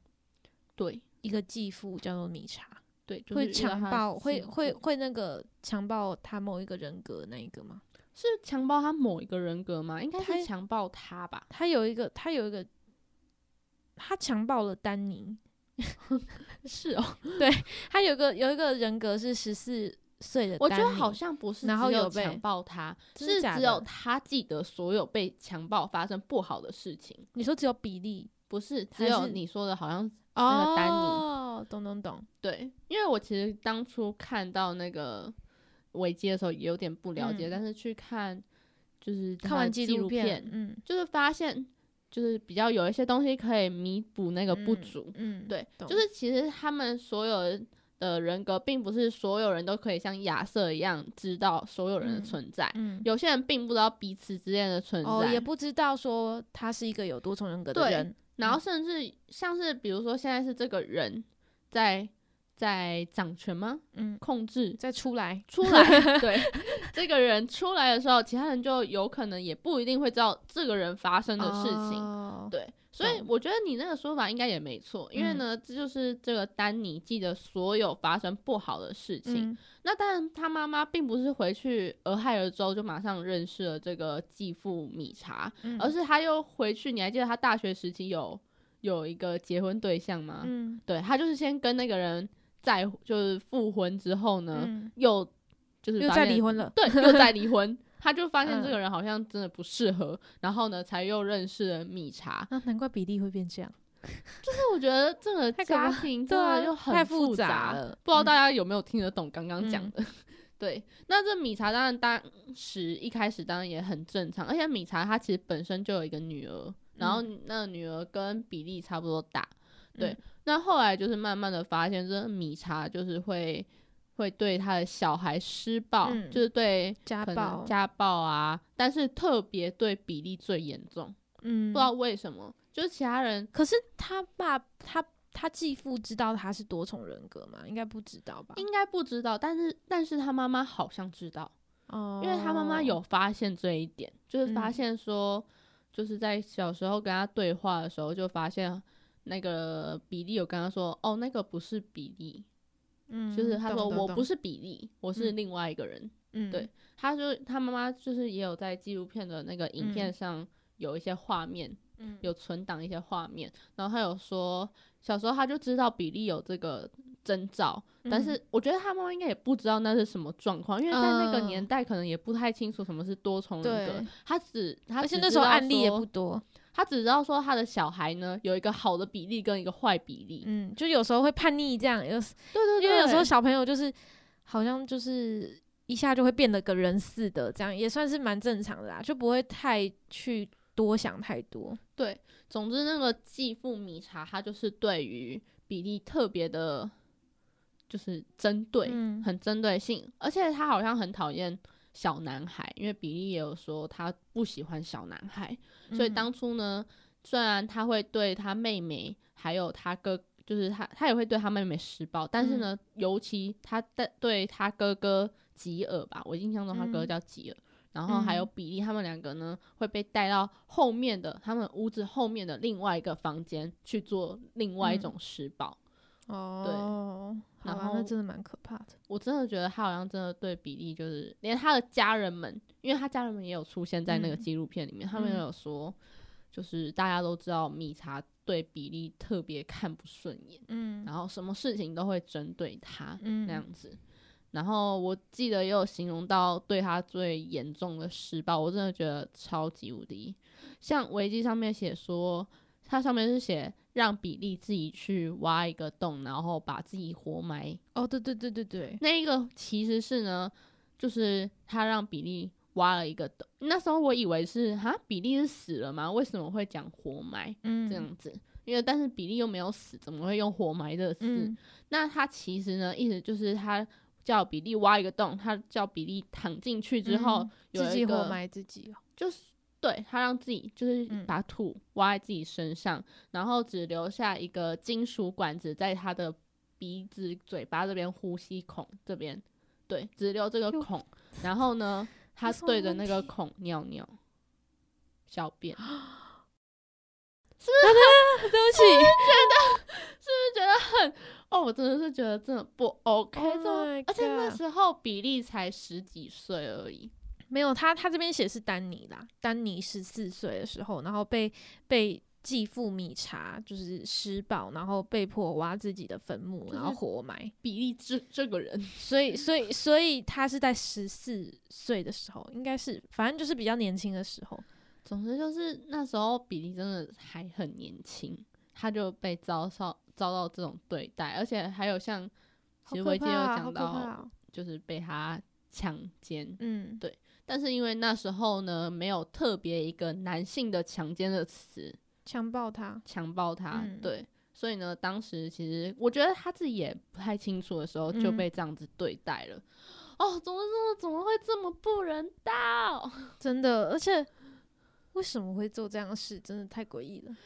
[SPEAKER 2] 对
[SPEAKER 3] 一个继父叫做米茶，
[SPEAKER 2] 对，就是遇
[SPEAKER 3] 会
[SPEAKER 2] 到
[SPEAKER 3] 强
[SPEAKER 2] 她的
[SPEAKER 3] 暴，会
[SPEAKER 2] 继
[SPEAKER 3] 会
[SPEAKER 2] 父
[SPEAKER 3] 会那个强暴他某一个人格那一个吗？
[SPEAKER 2] 是强暴他某一个人格吗？应该
[SPEAKER 3] 他
[SPEAKER 2] 是强暴他 吧。
[SPEAKER 3] 他有一个，他有一个，他强暴了丹尼，
[SPEAKER 2] 是哦，
[SPEAKER 3] 他有一个有一个人格是十四岁的丹尼，
[SPEAKER 2] 我觉得好像不是，
[SPEAKER 3] 然后有被
[SPEAKER 2] 强暴他，
[SPEAKER 3] 真的
[SPEAKER 2] 是
[SPEAKER 3] 假
[SPEAKER 2] 只
[SPEAKER 3] 的
[SPEAKER 2] 有他记得所有被强暴发生不好的事情，
[SPEAKER 3] 你说只有比利
[SPEAKER 2] 不是只
[SPEAKER 3] 还
[SPEAKER 2] 有
[SPEAKER 3] 是
[SPEAKER 2] 你说的，好像
[SPEAKER 3] 那
[SPEAKER 2] 个丹尼
[SPEAKER 3] 哦，懂懂懂，
[SPEAKER 2] 对。因为我其实当初看到那个危机的时候也有点不了解，
[SPEAKER 3] 嗯
[SPEAKER 2] 但是去看就是他
[SPEAKER 3] 看完
[SPEAKER 2] 的
[SPEAKER 3] 纪
[SPEAKER 2] 纪
[SPEAKER 3] 录
[SPEAKER 2] 片，
[SPEAKER 3] 嗯，
[SPEAKER 2] 就是发现就是比较有一些东西可以弥补那个不
[SPEAKER 3] 嗯
[SPEAKER 2] 足，
[SPEAKER 3] 嗯，
[SPEAKER 2] 对，
[SPEAKER 3] 懂
[SPEAKER 2] 就是其实他们所有的人格，并不是所有人都可以像亚瑟一样知道所有人的
[SPEAKER 3] 嗯
[SPEAKER 2] 存在，
[SPEAKER 3] 嗯，
[SPEAKER 2] 有些人并不知道彼此之间的存在，
[SPEAKER 3] 哦，也不知道说他是一个有多重人格的
[SPEAKER 2] 对
[SPEAKER 3] 人，
[SPEAKER 2] 然后甚至像是比如说现在是这个人在在掌权吗？
[SPEAKER 3] 嗯，
[SPEAKER 2] 控制。
[SPEAKER 3] 再出来，
[SPEAKER 2] 出 来，对这个人出来的时候，其他人就有可能也不一定会知道这个人发生的事情。
[SPEAKER 3] 哦
[SPEAKER 2] 对，所以
[SPEAKER 3] 懂
[SPEAKER 2] 我觉得你那个说法应该也没错，因为
[SPEAKER 3] 嗯
[SPEAKER 2] 呢，这就是这个丹尼记得所有发生不好的事情。
[SPEAKER 3] 嗯
[SPEAKER 2] 那当然，他妈妈并不是回去俄亥俄州就马上认识了这个继父米查，
[SPEAKER 3] 嗯
[SPEAKER 2] 而是他又回去。你还记得他大学时期有有一个结婚对象吗？
[SPEAKER 3] 嗯
[SPEAKER 2] 对他就是先跟那个人再就是复婚之后呢，
[SPEAKER 3] 嗯，
[SPEAKER 2] 又就是
[SPEAKER 3] 又
[SPEAKER 2] 发
[SPEAKER 3] 再
[SPEAKER 2] 现
[SPEAKER 3] 离婚了，
[SPEAKER 2] 对，又再 离婚。他就发现这
[SPEAKER 3] 嗯
[SPEAKER 2] 个人好像真的不适合，然后呢，才又认识了米查。
[SPEAKER 3] 啊，难怪比利会变这样，
[SPEAKER 2] 就是我觉得这个
[SPEAKER 3] 太可
[SPEAKER 2] 家
[SPEAKER 3] 怕
[SPEAKER 2] 庭真
[SPEAKER 3] 对啊
[SPEAKER 2] 的就很
[SPEAKER 3] 太
[SPEAKER 2] 复
[SPEAKER 3] 复杂了
[SPEAKER 2] 不知道
[SPEAKER 3] 嗯
[SPEAKER 2] 大家有没有听得懂刚刚讲的？ 对，那这米茶当然当时一开始当然也很正常，而且米茶她其实本身就有一个女儿，然后那个女儿跟比利差不多大，对。
[SPEAKER 3] 嗯
[SPEAKER 2] 那后来就是慢慢的发现，这米茶就是会会对他的小孩施暴，
[SPEAKER 3] 嗯
[SPEAKER 2] 就是对
[SPEAKER 3] 家
[SPEAKER 2] 可能
[SPEAKER 3] 暴，
[SPEAKER 2] 家暴啊，但是特别对比利最严重，
[SPEAKER 3] 嗯，
[SPEAKER 2] 不知道为什么，就是其他人
[SPEAKER 3] 可是他爸他他继父知道他是多重人格吗？应该不知道吧？
[SPEAKER 2] 应该不知道，但是但是他妈妈好像知道，
[SPEAKER 3] 哦
[SPEAKER 2] 因为他妈妈有发现这一点，就是发
[SPEAKER 3] 嗯
[SPEAKER 2] 现说，就是在小时候跟他对话的时候，就发现那个比利有跟他说，哦，那个不是比利，
[SPEAKER 3] 嗯，
[SPEAKER 2] 就是他
[SPEAKER 3] 懂
[SPEAKER 2] 说我不，
[SPEAKER 3] 懂
[SPEAKER 2] 是比利，我是
[SPEAKER 3] 嗯
[SPEAKER 2] 另外一个人。
[SPEAKER 3] 嗯，
[SPEAKER 2] 对，他就他妈妈就是也有在纪录片的那个影片
[SPEAKER 3] 嗯
[SPEAKER 2] 上有一些画面，
[SPEAKER 3] 嗯，
[SPEAKER 2] 有存档一些画面，然后他有说小时候他就知道比利有这个征兆，但
[SPEAKER 3] 嗯
[SPEAKER 2] 是我觉得他妈妈应该也不知道那是什么状况，因为在那个
[SPEAKER 3] 嗯
[SPEAKER 2] 年代可能也不太清楚什么是多重人格
[SPEAKER 3] 对，
[SPEAKER 2] 他只他
[SPEAKER 3] 而且
[SPEAKER 2] 只
[SPEAKER 3] 那
[SPEAKER 2] 知
[SPEAKER 3] 时候
[SPEAKER 2] 道
[SPEAKER 3] 案例也
[SPEAKER 2] 说
[SPEAKER 3] 不，多，
[SPEAKER 2] 他只知道说他的小孩呢有一个好的比例跟一个坏比例，
[SPEAKER 3] 嗯，就有时候会叛逆这样，有时
[SPEAKER 2] 对对对，
[SPEAKER 3] 因为有时候小朋友就是好像就是一下就会变得个人似的，这样也算是蛮正常的啦，就不会太去多想太多，
[SPEAKER 2] 对，总之那个继父米查他就是对于比利特别的，就是针对，
[SPEAKER 3] 嗯
[SPEAKER 2] 很针对性，而且他好像很讨厌小男孩，因为比利也有说他不喜欢小男孩，所以
[SPEAKER 3] 嗯
[SPEAKER 2] 当初呢，虽然他会对他妹妹还有他哥，就是他他也会对他妹妹施暴，但
[SPEAKER 3] 嗯
[SPEAKER 2] 是呢，尤其他对对他哥哥吉尔吧，我印象中他哥哥
[SPEAKER 3] 嗯
[SPEAKER 2] 叫吉尔，然后还有
[SPEAKER 3] 嗯
[SPEAKER 2] 比利他们两个呢会被带到后面的他们屋子后面的另外一个房间去做另外一
[SPEAKER 3] 嗯
[SPEAKER 2] 种施暴。
[SPEAKER 3] 哦，好
[SPEAKER 2] 然
[SPEAKER 3] 吧，
[SPEAKER 2] 后
[SPEAKER 3] 那真的蛮可怕的。
[SPEAKER 2] 我真的觉得他好像真的对比利，就是连他的家人们，因为他家人们也有出现在那个
[SPEAKER 3] 嗯
[SPEAKER 2] 纪录片里面，他们也
[SPEAKER 3] 嗯
[SPEAKER 2] 有说，就是大家都知道米查对比利特别看不顺眼，
[SPEAKER 3] 嗯
[SPEAKER 2] 然后什么事情都会针对他
[SPEAKER 3] 嗯
[SPEAKER 2] 那样子。然后我记得也有形容到对他最严重的施暴，我真的觉得超级无敌。像维基上面写说，它上面是写让比利自己去挖一个洞，然后把自己活埋
[SPEAKER 3] 哦，对对对对对，
[SPEAKER 2] 那一个其实是呢，就是他让比利挖了一个洞。那时候我以为是哈，比利是死了吗？为什么会讲活埋
[SPEAKER 3] 嗯
[SPEAKER 2] 这样子？因为但是比利又没有死，怎么会用活埋这个字？
[SPEAKER 3] 嗯
[SPEAKER 2] 那他其实呢，意思就是他叫比利挖一个洞，他叫比利躺进去之后、
[SPEAKER 3] 嗯
[SPEAKER 2] 有
[SPEAKER 3] 自
[SPEAKER 2] 一
[SPEAKER 3] 己
[SPEAKER 2] 个
[SPEAKER 3] 活埋自 己哦，
[SPEAKER 2] 就是对他让自己就是
[SPEAKER 3] 嗯
[SPEAKER 2] 把土挖在自己身上，然后只留下一个金属管子在他的鼻子、嘴巴这边、呼吸孔这边，对，只留这个
[SPEAKER 3] 哟
[SPEAKER 2] 孔。然后 呢，他
[SPEAKER 3] 什么
[SPEAKER 2] 对着
[SPEAKER 3] 问
[SPEAKER 2] 那个
[SPEAKER 3] 题啊
[SPEAKER 2] 孔尿尿、小便，是
[SPEAKER 3] 对不起
[SPEAKER 2] 不是觉得很？哦，我真的是觉得真的不 OK，、
[SPEAKER 3] Oh
[SPEAKER 2] 这种
[SPEAKER 3] my
[SPEAKER 2] 而且那
[SPEAKER 3] God
[SPEAKER 2] 时候比利才十几岁而已，
[SPEAKER 3] 没有他，他这边写是丹尼啦，丹尼十四岁的时候，然后被被继父米查就是施暴，然后被迫挖自己的坟墓，
[SPEAKER 2] 就是
[SPEAKER 3] 然后活埋，
[SPEAKER 2] 比利这这个人，
[SPEAKER 3] 所以所以所以他是在十四岁的时候，应该是反正就是比较年轻的时候，
[SPEAKER 2] 总之就是那时候比利真的还很年轻，他就被遭受遭到这种对待，而且还有像其实
[SPEAKER 3] 好可
[SPEAKER 2] 维基有
[SPEAKER 3] 怕
[SPEAKER 2] 讲
[SPEAKER 3] 好可
[SPEAKER 2] 到，
[SPEAKER 3] 怕哦
[SPEAKER 2] 就是被他强奸，
[SPEAKER 3] 嗯
[SPEAKER 2] 但是因为那时候呢没有特别一个男性的强奸的词，
[SPEAKER 3] 强暴他，
[SPEAKER 2] 强暴他，
[SPEAKER 3] 嗯
[SPEAKER 2] 对，所以呢当时其实我觉得他自己也不太清楚的时候就
[SPEAKER 3] 嗯
[SPEAKER 2] 被这样子对待了。哦，怎么这么怎么会这么不人道？
[SPEAKER 3] 真的，而且为什么会做这样的事，真的太诡异了。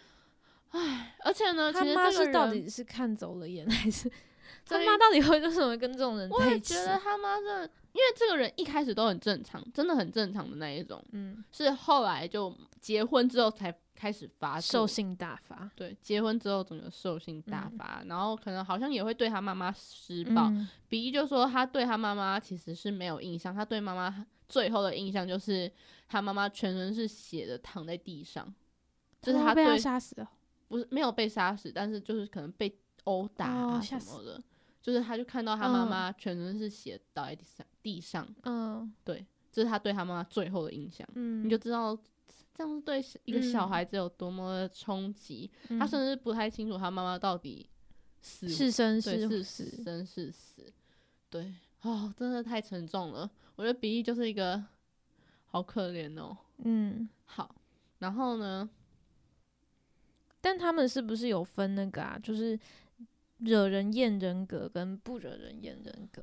[SPEAKER 2] 而且啊呢，其
[SPEAKER 3] 他
[SPEAKER 2] 实
[SPEAKER 3] 妈
[SPEAKER 2] 这个
[SPEAKER 3] 是到
[SPEAKER 2] 人
[SPEAKER 3] 底是看走了眼，还是他
[SPEAKER 2] 对
[SPEAKER 3] 妈到底会为什么跟这种人
[SPEAKER 2] 我
[SPEAKER 3] 在
[SPEAKER 2] 也
[SPEAKER 3] 一起
[SPEAKER 2] 觉？得他妈真的，因为这个人一开始都很正常，真的很正常的那一种，
[SPEAKER 3] 嗯，
[SPEAKER 2] 是后来就结婚之后才开始发作
[SPEAKER 3] 兽。性大发，
[SPEAKER 2] 对，结婚之后整个兽性大
[SPEAKER 3] 嗯
[SPEAKER 2] 发，然后可能好像也会对他妈妈施暴。
[SPEAKER 3] 嗯
[SPEAKER 2] 比利就说他对他妈妈其实是没有印象，他对妈妈最后的印象就是他妈妈全身是血的躺在地上，就是
[SPEAKER 3] 他
[SPEAKER 2] 他
[SPEAKER 3] 妈哦被
[SPEAKER 2] 对
[SPEAKER 3] 他杀死了。
[SPEAKER 2] 不是没有被杀死，但是就是可能被殴打啊
[SPEAKER 3] 哦
[SPEAKER 2] 什
[SPEAKER 3] 吓
[SPEAKER 2] 么的，就是他就看到他妈妈全身是血倒在地上，地上，
[SPEAKER 3] 嗯
[SPEAKER 2] 对，这是他对他妈妈最后的印象，
[SPEAKER 3] 嗯，
[SPEAKER 2] 你就知道这样对一个小孩子有多么的冲击，他甚
[SPEAKER 3] 嗯
[SPEAKER 2] 至不太清楚他妈妈到底死
[SPEAKER 3] 是生
[SPEAKER 2] 对
[SPEAKER 3] 是
[SPEAKER 2] 死
[SPEAKER 3] 死，
[SPEAKER 2] 生是死，对，哦，真的太沉重了，我觉得比利就是一个好可怜哦，
[SPEAKER 3] 嗯。
[SPEAKER 2] 好，然后呢，
[SPEAKER 3] 但他们是不是有分那个啊？就是惹人厌人格跟不惹人厌人格。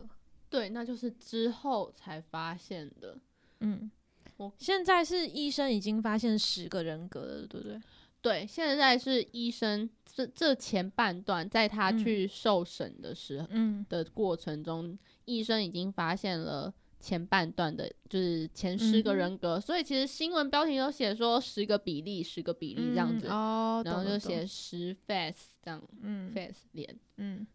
[SPEAKER 2] 对，那就是之后才发现的。
[SPEAKER 3] 嗯
[SPEAKER 2] 我，
[SPEAKER 3] 现在是医生已经发现十个人格了，对不对？
[SPEAKER 2] 对，现在是医生这这前半段，在他
[SPEAKER 3] 嗯
[SPEAKER 2] 去受审的时候、
[SPEAKER 3] 嗯
[SPEAKER 2] 的过程中，医生已经发现了前半段的，就是前十个
[SPEAKER 3] 嗯哼
[SPEAKER 2] 人格，所以其实新闻标题都写说十个比例，十个比例这样
[SPEAKER 3] 嗯
[SPEAKER 2] 子，
[SPEAKER 3] 哦，
[SPEAKER 2] 然后
[SPEAKER 3] 懂
[SPEAKER 2] 就
[SPEAKER 3] 了
[SPEAKER 2] 写十 face 这样、
[SPEAKER 3] 懂嗯
[SPEAKER 2] face 脸，
[SPEAKER 3] 嗯，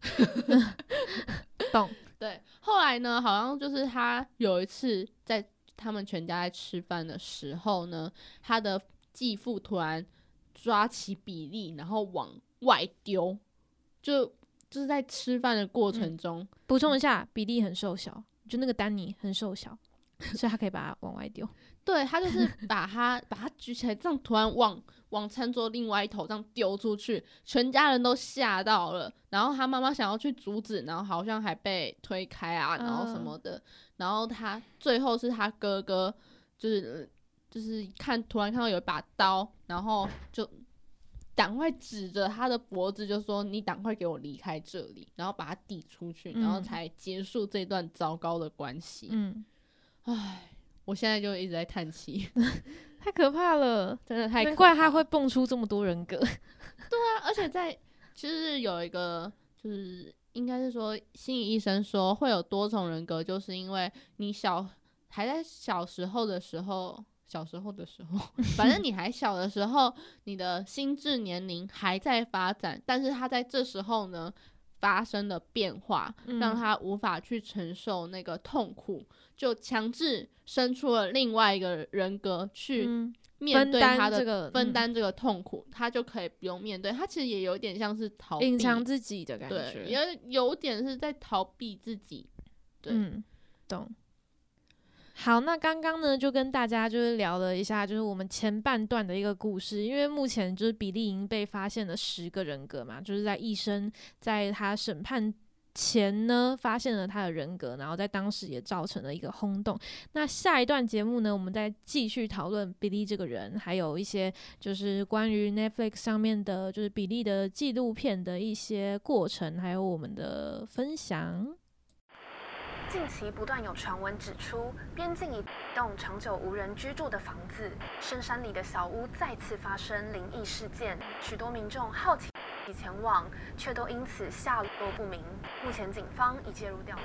[SPEAKER 3] 懂。
[SPEAKER 2] 对，后来呢，好像就是他有一次在他们全家在吃饭的时候呢，他的继父突然抓起比利，然后往外丢，就就是在吃饭的过程中，
[SPEAKER 3] 补充一下，比利很瘦小，就那个丹尼很瘦小，所以他可以把它往外丢。
[SPEAKER 2] 对他就是把他把他举起来，这样突然往往餐桌另外一头这样丢出去，全家人都吓到了。然后他妈妈想要去阻止，然后好像还被推开啊，然后什
[SPEAKER 3] 嗯
[SPEAKER 2] 么的。然后他最后是他哥哥，就是就是看突然看到有一把刀，然后就赶快指着他的脖子就说：“你赶快给我离开这里！”然后把他递出去，然后
[SPEAKER 3] 嗯
[SPEAKER 2] 才结束这段糟糕的关系。
[SPEAKER 3] 嗯，
[SPEAKER 2] 唉，我现在就一直在叹气。
[SPEAKER 3] 太可怕了，
[SPEAKER 2] 真的太
[SPEAKER 3] 难怪他
[SPEAKER 2] 他
[SPEAKER 3] 会蹦出这么多人格。
[SPEAKER 2] 而且在就是有一个就是应该是说心理医生说会有多重人格，就是因为你小还在小时候的时候，小时候的时候， 反正你还小的时候，你的心智年龄还在发展，但是他在这时候呢发生了变化，让
[SPEAKER 3] 嗯
[SPEAKER 2] 他无法去承受那个痛苦，就强制生出了另外一个人格去
[SPEAKER 3] 嗯
[SPEAKER 2] 面
[SPEAKER 3] 分
[SPEAKER 2] 对
[SPEAKER 3] 担
[SPEAKER 2] 他的
[SPEAKER 3] 这个
[SPEAKER 2] 分
[SPEAKER 3] 嗯
[SPEAKER 2] 担这个痛苦，他就可以不用面对。他其实也有点像是逃避，
[SPEAKER 3] 隐藏自己的感
[SPEAKER 2] 对，
[SPEAKER 3] 觉，
[SPEAKER 2] 也有点是在逃避自己。对
[SPEAKER 3] 嗯，懂。好，那刚刚呢就跟大家就是聊了一下，就是我们前半段的一个故事，因为目前就是比利营被发现了十个人格嘛，就是在医生在他审判前呢发现了他的人格，然后在当时也造成了一个轰动。那下一段节目呢，我们再继续讨论比利这个人，还有一些就是关于 Netflix 上面的，就是比利的纪录片的一些过程，还有我们的分享。
[SPEAKER 1] 近期不断有传闻指出，边境一栋长久无人居住的房子，深山里的小屋再次发生灵异事件，许多民众好奇前往，却都因此下落不明。目前警方已介入调查。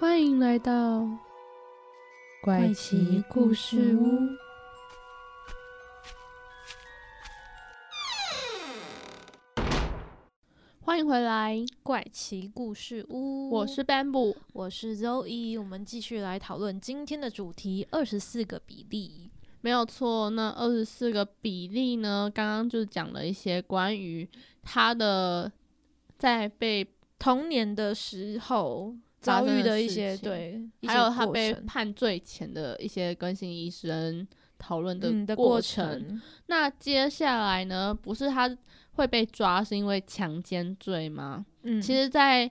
[SPEAKER 2] 欢迎来到怪
[SPEAKER 3] 奇故事屋。
[SPEAKER 2] 欢迎回来，
[SPEAKER 3] 怪奇故事屋，
[SPEAKER 2] 我是 Bamboo。
[SPEAKER 3] 我是 Zoe，我们继续来讨论今天的主题二十四个比例。
[SPEAKER 2] 没有错，那二十四个比例呢？刚刚就讲了一些关于他的在被，
[SPEAKER 3] 童年的时候
[SPEAKER 2] 发
[SPEAKER 3] 遭
[SPEAKER 2] 生
[SPEAKER 3] 遇
[SPEAKER 2] 的
[SPEAKER 3] 的一
[SPEAKER 2] 事
[SPEAKER 3] 些
[SPEAKER 2] 情
[SPEAKER 3] 对，一
[SPEAKER 2] 还
[SPEAKER 3] 些
[SPEAKER 2] 有他
[SPEAKER 3] 过
[SPEAKER 2] 被
[SPEAKER 3] 程
[SPEAKER 2] 判罪前的一些跟心医生讨论
[SPEAKER 3] 嗯的
[SPEAKER 2] 过
[SPEAKER 3] 过
[SPEAKER 2] 程。，那接下来呢？不是他会被抓，是因为强奸罪吗？
[SPEAKER 3] 嗯，
[SPEAKER 2] 其实，在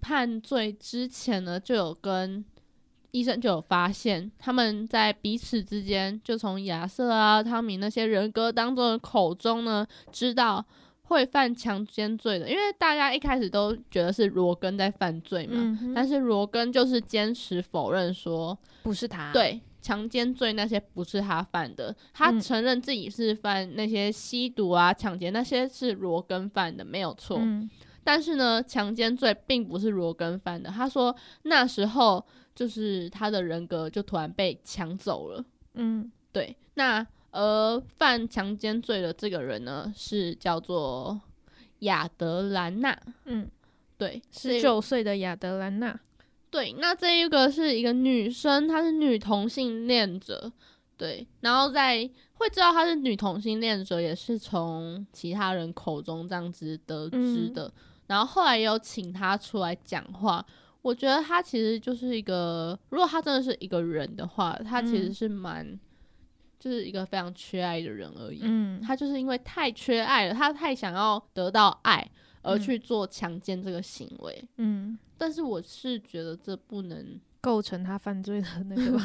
[SPEAKER 2] 判罪之前呢，就有跟医生就有发现，他们在彼此之间，就从亚瑟啊、汤米那些人格当中的口中呢，知道会犯强奸罪的，因为大家一开始都觉得是罗根在犯罪嘛，
[SPEAKER 3] 嗯哼，
[SPEAKER 2] 但是罗根就是坚持否认说，
[SPEAKER 3] 不是他，，
[SPEAKER 2] 对，强奸罪那些不是他犯的，他
[SPEAKER 3] 嗯
[SPEAKER 2] 承认自己是犯那些吸毒啊、抢劫那些是罗根犯的，没有错。
[SPEAKER 3] 嗯
[SPEAKER 2] 但是呢，强奸罪并不是罗根犯的。他说那时候就是他的人格就突然被抢走了。
[SPEAKER 3] 嗯
[SPEAKER 2] 对，那而犯强奸罪的这个人呢，是叫做亚德兰娜。
[SPEAKER 3] 嗯，
[SPEAKER 2] 对，
[SPEAKER 3] 十九岁的亚德兰娜，
[SPEAKER 2] 对，那这一个是一个女生，她是女同性恋者，对，然后在会知道她是女同性恋者，也是从其他人口中这样子得知
[SPEAKER 3] 嗯
[SPEAKER 2] 的。然后后来也有请她出来讲话，我觉得她其实就是一个，如果她真的是一个人的话，她其实
[SPEAKER 3] 嗯
[SPEAKER 2] 是蛮，就是一个非常缺爱的人而已。
[SPEAKER 3] 嗯，
[SPEAKER 2] 她就是因为太缺爱了，她太想要得到爱，而
[SPEAKER 3] 嗯
[SPEAKER 2] 去做强奸这个行为。
[SPEAKER 3] 嗯，
[SPEAKER 2] 但是我是觉得这不能，
[SPEAKER 3] 构成他犯罪的那个吧，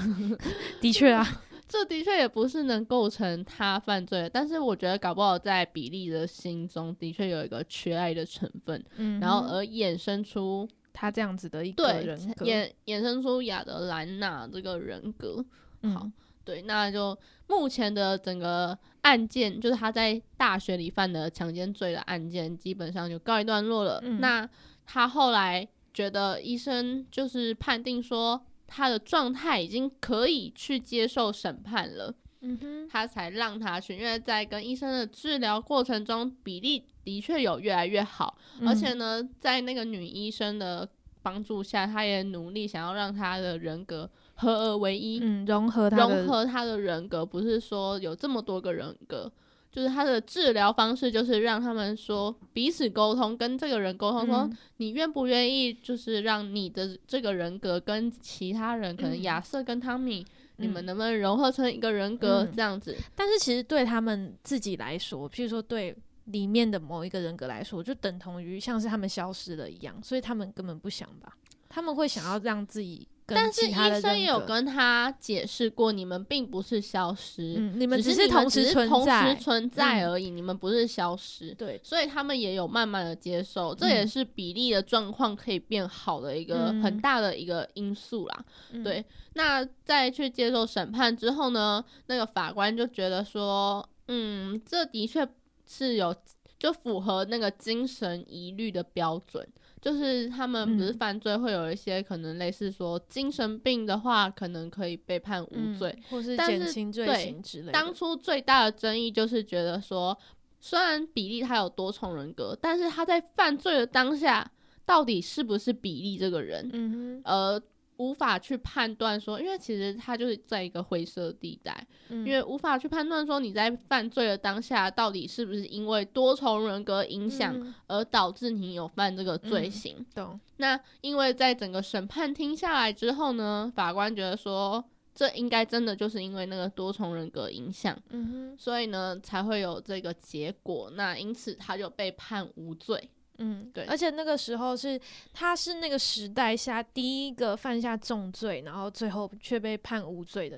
[SPEAKER 3] 的确啊，
[SPEAKER 2] 这的确也不是能构成他犯罪的。但是我觉得搞不好在比利的心中的确有一个缺爱的成分，
[SPEAKER 3] 嗯哼，
[SPEAKER 2] 然后而衍生出
[SPEAKER 3] 他这样子的一个
[SPEAKER 2] 对
[SPEAKER 3] 人格，
[SPEAKER 2] 衍衍生出亚德兰娜这个人格。
[SPEAKER 3] 嗯
[SPEAKER 2] 好，对，那就目前的整个案件，就是他在大学里犯的强奸罪的案件，基本上就告一段落了。
[SPEAKER 3] 嗯
[SPEAKER 2] 那他后来觉得医生就是判定说他的状态已经可以去接受审判了，
[SPEAKER 3] 嗯哼，
[SPEAKER 2] 他才让他去，因为在跟医生的治疗过程中，比例的确有越来越好。而且
[SPEAKER 3] 嗯
[SPEAKER 2] 呢，在那个女医生的帮助下，她也努力想要让她的人格合而为一，
[SPEAKER 3] 嗯，融合他的
[SPEAKER 2] 融合她的人格，不是说有这么多个人格。就是她的治疗方式，就是让他们说彼此沟通，跟这个人沟通，说
[SPEAKER 3] 嗯
[SPEAKER 2] 你愿不愿意，就是让你的这个人格跟其他人，可能
[SPEAKER 3] 嗯
[SPEAKER 2] 亚瑟跟汤米，你们
[SPEAKER 3] 嗯
[SPEAKER 2] 能不能融合成一个人格、
[SPEAKER 3] 嗯
[SPEAKER 2] 这样子？
[SPEAKER 3] 但是其实对他们自己来说，譬如说对里面的某一个人格来说，就等同于像是他们消失了一样，所以他们根本不想吧？他们会想要让自己跟
[SPEAKER 2] 但是
[SPEAKER 3] 其他的
[SPEAKER 2] 医生也有
[SPEAKER 3] 人格
[SPEAKER 2] 跟他解释过，你们并不是消失，
[SPEAKER 3] 嗯，你们
[SPEAKER 2] 只
[SPEAKER 3] 是同
[SPEAKER 2] 时
[SPEAKER 3] 时存
[SPEAKER 2] 同
[SPEAKER 3] 在，
[SPEAKER 2] 存在
[SPEAKER 3] 嗯
[SPEAKER 2] 而已，你们不是消失。
[SPEAKER 3] 对，
[SPEAKER 2] 所以他们也有慢慢的接受，这也
[SPEAKER 3] 嗯
[SPEAKER 2] 是比例的状况可以变好的一个
[SPEAKER 3] 嗯
[SPEAKER 2] 很大的一个因素啦。
[SPEAKER 3] 嗯
[SPEAKER 2] 对，那在去接受审判之后呢，那个法官就觉得说，嗯，这的确是有就符合那个精神疑虑的标准，就是他们不是
[SPEAKER 3] 嗯
[SPEAKER 2] 犯罪会有一些可能类似说精神病的话，可能可以被判无罪。
[SPEAKER 3] 嗯或是
[SPEAKER 2] 但
[SPEAKER 3] 减
[SPEAKER 2] 是
[SPEAKER 3] 轻罪
[SPEAKER 2] 对
[SPEAKER 3] 行之类的。
[SPEAKER 2] 当初最大的争议就是觉得说，虽然比利他有多重人格，但是他在犯罪的当下，到底是不是比利这个人？
[SPEAKER 3] 嗯
[SPEAKER 2] 呃，无法去判断说，因为其实他就是在一个灰色地带，
[SPEAKER 3] 哼，嗯
[SPEAKER 2] 因为无法去判断说你在犯罪的当下，到底是不是因为多重人格影
[SPEAKER 3] 影
[SPEAKER 2] 响而导致你有犯这个罪
[SPEAKER 3] 嗯
[SPEAKER 2] 行。
[SPEAKER 3] 懂，
[SPEAKER 2] 那因为在整个审判听下来之后呢，法官觉得说，这应该真的就是因为那个多重人格影响，
[SPEAKER 3] 嗯哼，
[SPEAKER 2] 所以呢才会有这个结果。那因此他就被判无罪。
[SPEAKER 3] 嗯，
[SPEAKER 2] 对
[SPEAKER 3] 而且那个时候是他是那个时代下第一个犯下重罪，然后最后却被判无罪的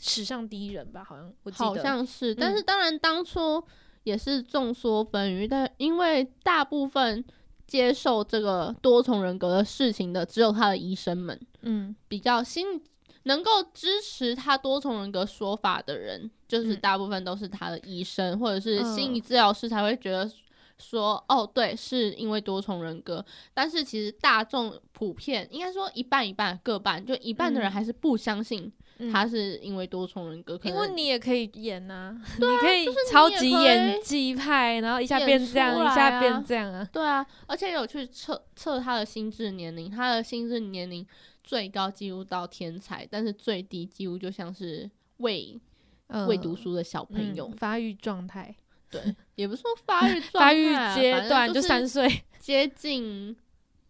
[SPEAKER 3] 史上第一人吧？好像我记得，
[SPEAKER 2] 好像是，但
[SPEAKER 3] 嗯
[SPEAKER 2] 是当然当初也是众说纷纭，但因为大部分接受这个多重人格的事情的只有他的医生们，
[SPEAKER 3] 嗯
[SPEAKER 2] 比较心能够支持他多重人格说法的人，就是
[SPEAKER 3] 嗯
[SPEAKER 2] 大部分都是他的医生、或者是
[SPEAKER 3] 嗯
[SPEAKER 2] 心理治疗师才会觉得说，哦，对，是因为多重人格。但是其实大众普遍应该说一半一半各半，就一半的人
[SPEAKER 3] 嗯
[SPEAKER 2] 还是不相信
[SPEAKER 3] 嗯，
[SPEAKER 2] 他是因为多重人格，可
[SPEAKER 3] 因为
[SPEAKER 2] 能啊
[SPEAKER 3] 你也可以演呐、 你可以超级演技派，然后一下
[SPEAKER 2] 演
[SPEAKER 3] 变这样，
[SPEAKER 2] 出来
[SPEAKER 3] 一下
[SPEAKER 2] 啊
[SPEAKER 3] 变这样啊。
[SPEAKER 2] 对啊，而且有去测测他的心智年龄，他的心智年龄最高几乎到天才，但是最低几乎就像是未
[SPEAKER 3] 嗯
[SPEAKER 2] 未读书的小朋友
[SPEAKER 3] 嗯，发育状态，
[SPEAKER 2] 对，也不是说发育状态啊
[SPEAKER 3] 发育阶
[SPEAKER 2] 反
[SPEAKER 3] 段
[SPEAKER 2] 正
[SPEAKER 3] 就是三岁，
[SPEAKER 2] 接近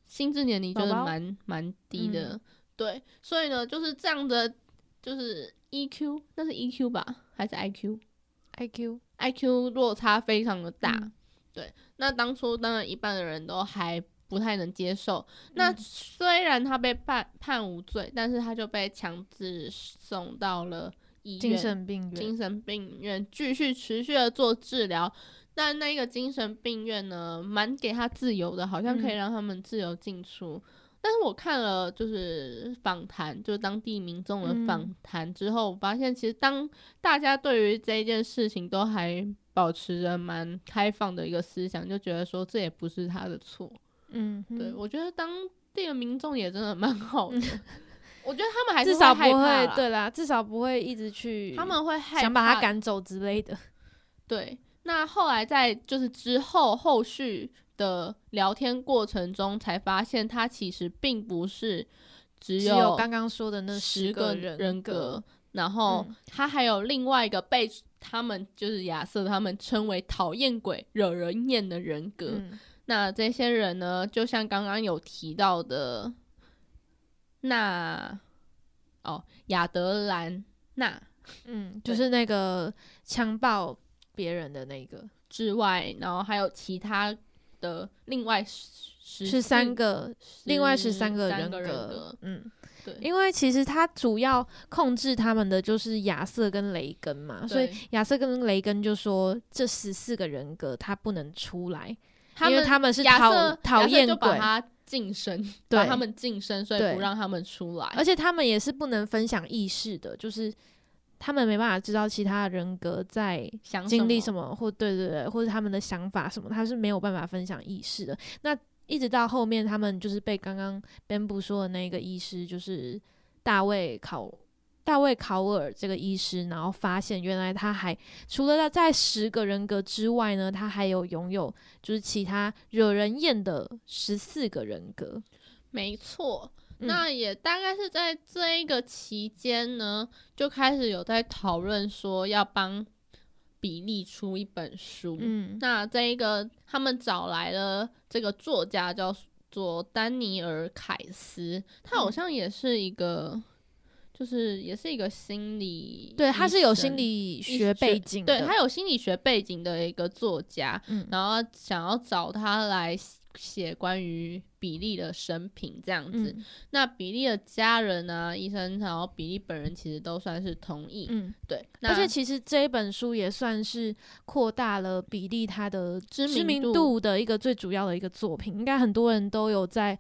[SPEAKER 2] 心智年龄，就是
[SPEAKER 3] 宝宝
[SPEAKER 2] 蛮蛮低的、
[SPEAKER 3] 嗯
[SPEAKER 2] 对，所以呢，就是这样的，就是 EQ，那是 EQ 吧，还是 IQ？IQ
[SPEAKER 3] IQ
[SPEAKER 2] 落差非常的大、
[SPEAKER 3] 嗯
[SPEAKER 2] 对，那当初当然一半的人都还不太能接受。
[SPEAKER 3] 嗯
[SPEAKER 2] 那虽然他被判判无罪，但是他就被强制送到了医院，
[SPEAKER 3] 精神病院，
[SPEAKER 2] 精神病院继续持续的做治疗。但那个精神病院呢，蛮给他自由的，好像可以
[SPEAKER 3] 嗯
[SPEAKER 2] 让他们自由进出。但是我看了就是访谈，就是当地民众的访
[SPEAKER 3] 嗯
[SPEAKER 2] 谈之后，我发现其实当大家对于这一件事情都还保持着蛮开放的一个思想，就觉得说这也不是他的错。
[SPEAKER 3] 嗯，
[SPEAKER 2] 对
[SPEAKER 3] 嗯
[SPEAKER 2] 我觉得当地的民众也真的蛮好 的，我觉得他们还是
[SPEAKER 3] 至少不
[SPEAKER 2] 害怕
[SPEAKER 3] 会
[SPEAKER 2] 啦，
[SPEAKER 3] 对啦，至少不会一直去
[SPEAKER 2] 他们会害怕
[SPEAKER 3] 想把他赶走之类的。
[SPEAKER 2] 对，那后来在就是之后后续的聊天过程中，才发现他其实并不是只
[SPEAKER 3] 只有刚刚说的那
[SPEAKER 2] 十
[SPEAKER 3] 个
[SPEAKER 2] 个
[SPEAKER 3] 人
[SPEAKER 2] 人格，，然后
[SPEAKER 3] 嗯
[SPEAKER 2] 他还有另外一个被他们就是亚瑟他们称为讨厌鬼、惹人厌的人格。
[SPEAKER 3] 嗯
[SPEAKER 2] 那这些人呢，就像刚刚有提到的，那哦亚德兰娜
[SPEAKER 3] 嗯，就
[SPEAKER 2] 对
[SPEAKER 3] 是那个强暴别人的那个，
[SPEAKER 2] 之外，然后还有其他的另外十
[SPEAKER 3] 是三个，另外是三
[SPEAKER 2] 个
[SPEAKER 3] 个人
[SPEAKER 2] 格，
[SPEAKER 3] 格，嗯。
[SPEAKER 2] 对，
[SPEAKER 3] 因为其实他主要控制他们的就是亚瑟跟雷根嘛，啊所以
[SPEAKER 2] 对
[SPEAKER 3] 亚瑟跟雷根就说这十四个人格他不能出来，
[SPEAKER 2] 他
[SPEAKER 3] 因
[SPEAKER 2] 们
[SPEAKER 3] 为他们是
[SPEAKER 2] 亚
[SPEAKER 3] 讨
[SPEAKER 2] 瑟
[SPEAKER 3] 讨
[SPEAKER 2] 亚瑟
[SPEAKER 3] 厌
[SPEAKER 2] 就把
[SPEAKER 3] 鬼，
[SPEAKER 2] 他晋升，
[SPEAKER 3] 对
[SPEAKER 2] 把他们晋升，所以
[SPEAKER 3] 对
[SPEAKER 2] 不让他们出来。
[SPEAKER 3] 而且他们也是不能分享意识的，就是他们没办法知道其他人格在
[SPEAKER 2] 想
[SPEAKER 3] 经历什
[SPEAKER 2] 么？
[SPEAKER 3] 么，或对对对，或者他们的想法什么，他是没有办法分享意识的。那一直到后面，他们就是被刚刚 Bamboo 说的那个医师，就是大卫考大卫考尔这个医师，然后发现原来他还除了他在十个人格之外呢，他还有拥有就是其他惹人厌的十四个人格。
[SPEAKER 2] 没错。
[SPEAKER 3] 嗯
[SPEAKER 2] 那也大概是在这一个期间呢，就开始有在讨论说要帮比利出一本书。
[SPEAKER 3] 嗯
[SPEAKER 2] 那这一个他们找来了这个作家叫做丹尼尔·凯斯，他好
[SPEAKER 3] 嗯
[SPEAKER 2] 像也是一个，就是也是一个心理，
[SPEAKER 3] 对，他是有心。理
[SPEAKER 2] 医
[SPEAKER 3] 学
[SPEAKER 2] 学
[SPEAKER 3] 背景的，
[SPEAKER 2] 对他有心理学背景的一个作家，
[SPEAKER 3] 嗯
[SPEAKER 2] 然后想要找他来写关于比利的生平这样子。
[SPEAKER 3] 嗯
[SPEAKER 2] 那比利的家人啊、医生，然后比利本人其实都算是同意。
[SPEAKER 3] 嗯，
[SPEAKER 2] 对，那
[SPEAKER 3] 而且其实这一本书也算是扩大了比利他的
[SPEAKER 2] 知名
[SPEAKER 3] 名
[SPEAKER 2] 度
[SPEAKER 3] 度的一个最主要的一个作品，应该很多人都有在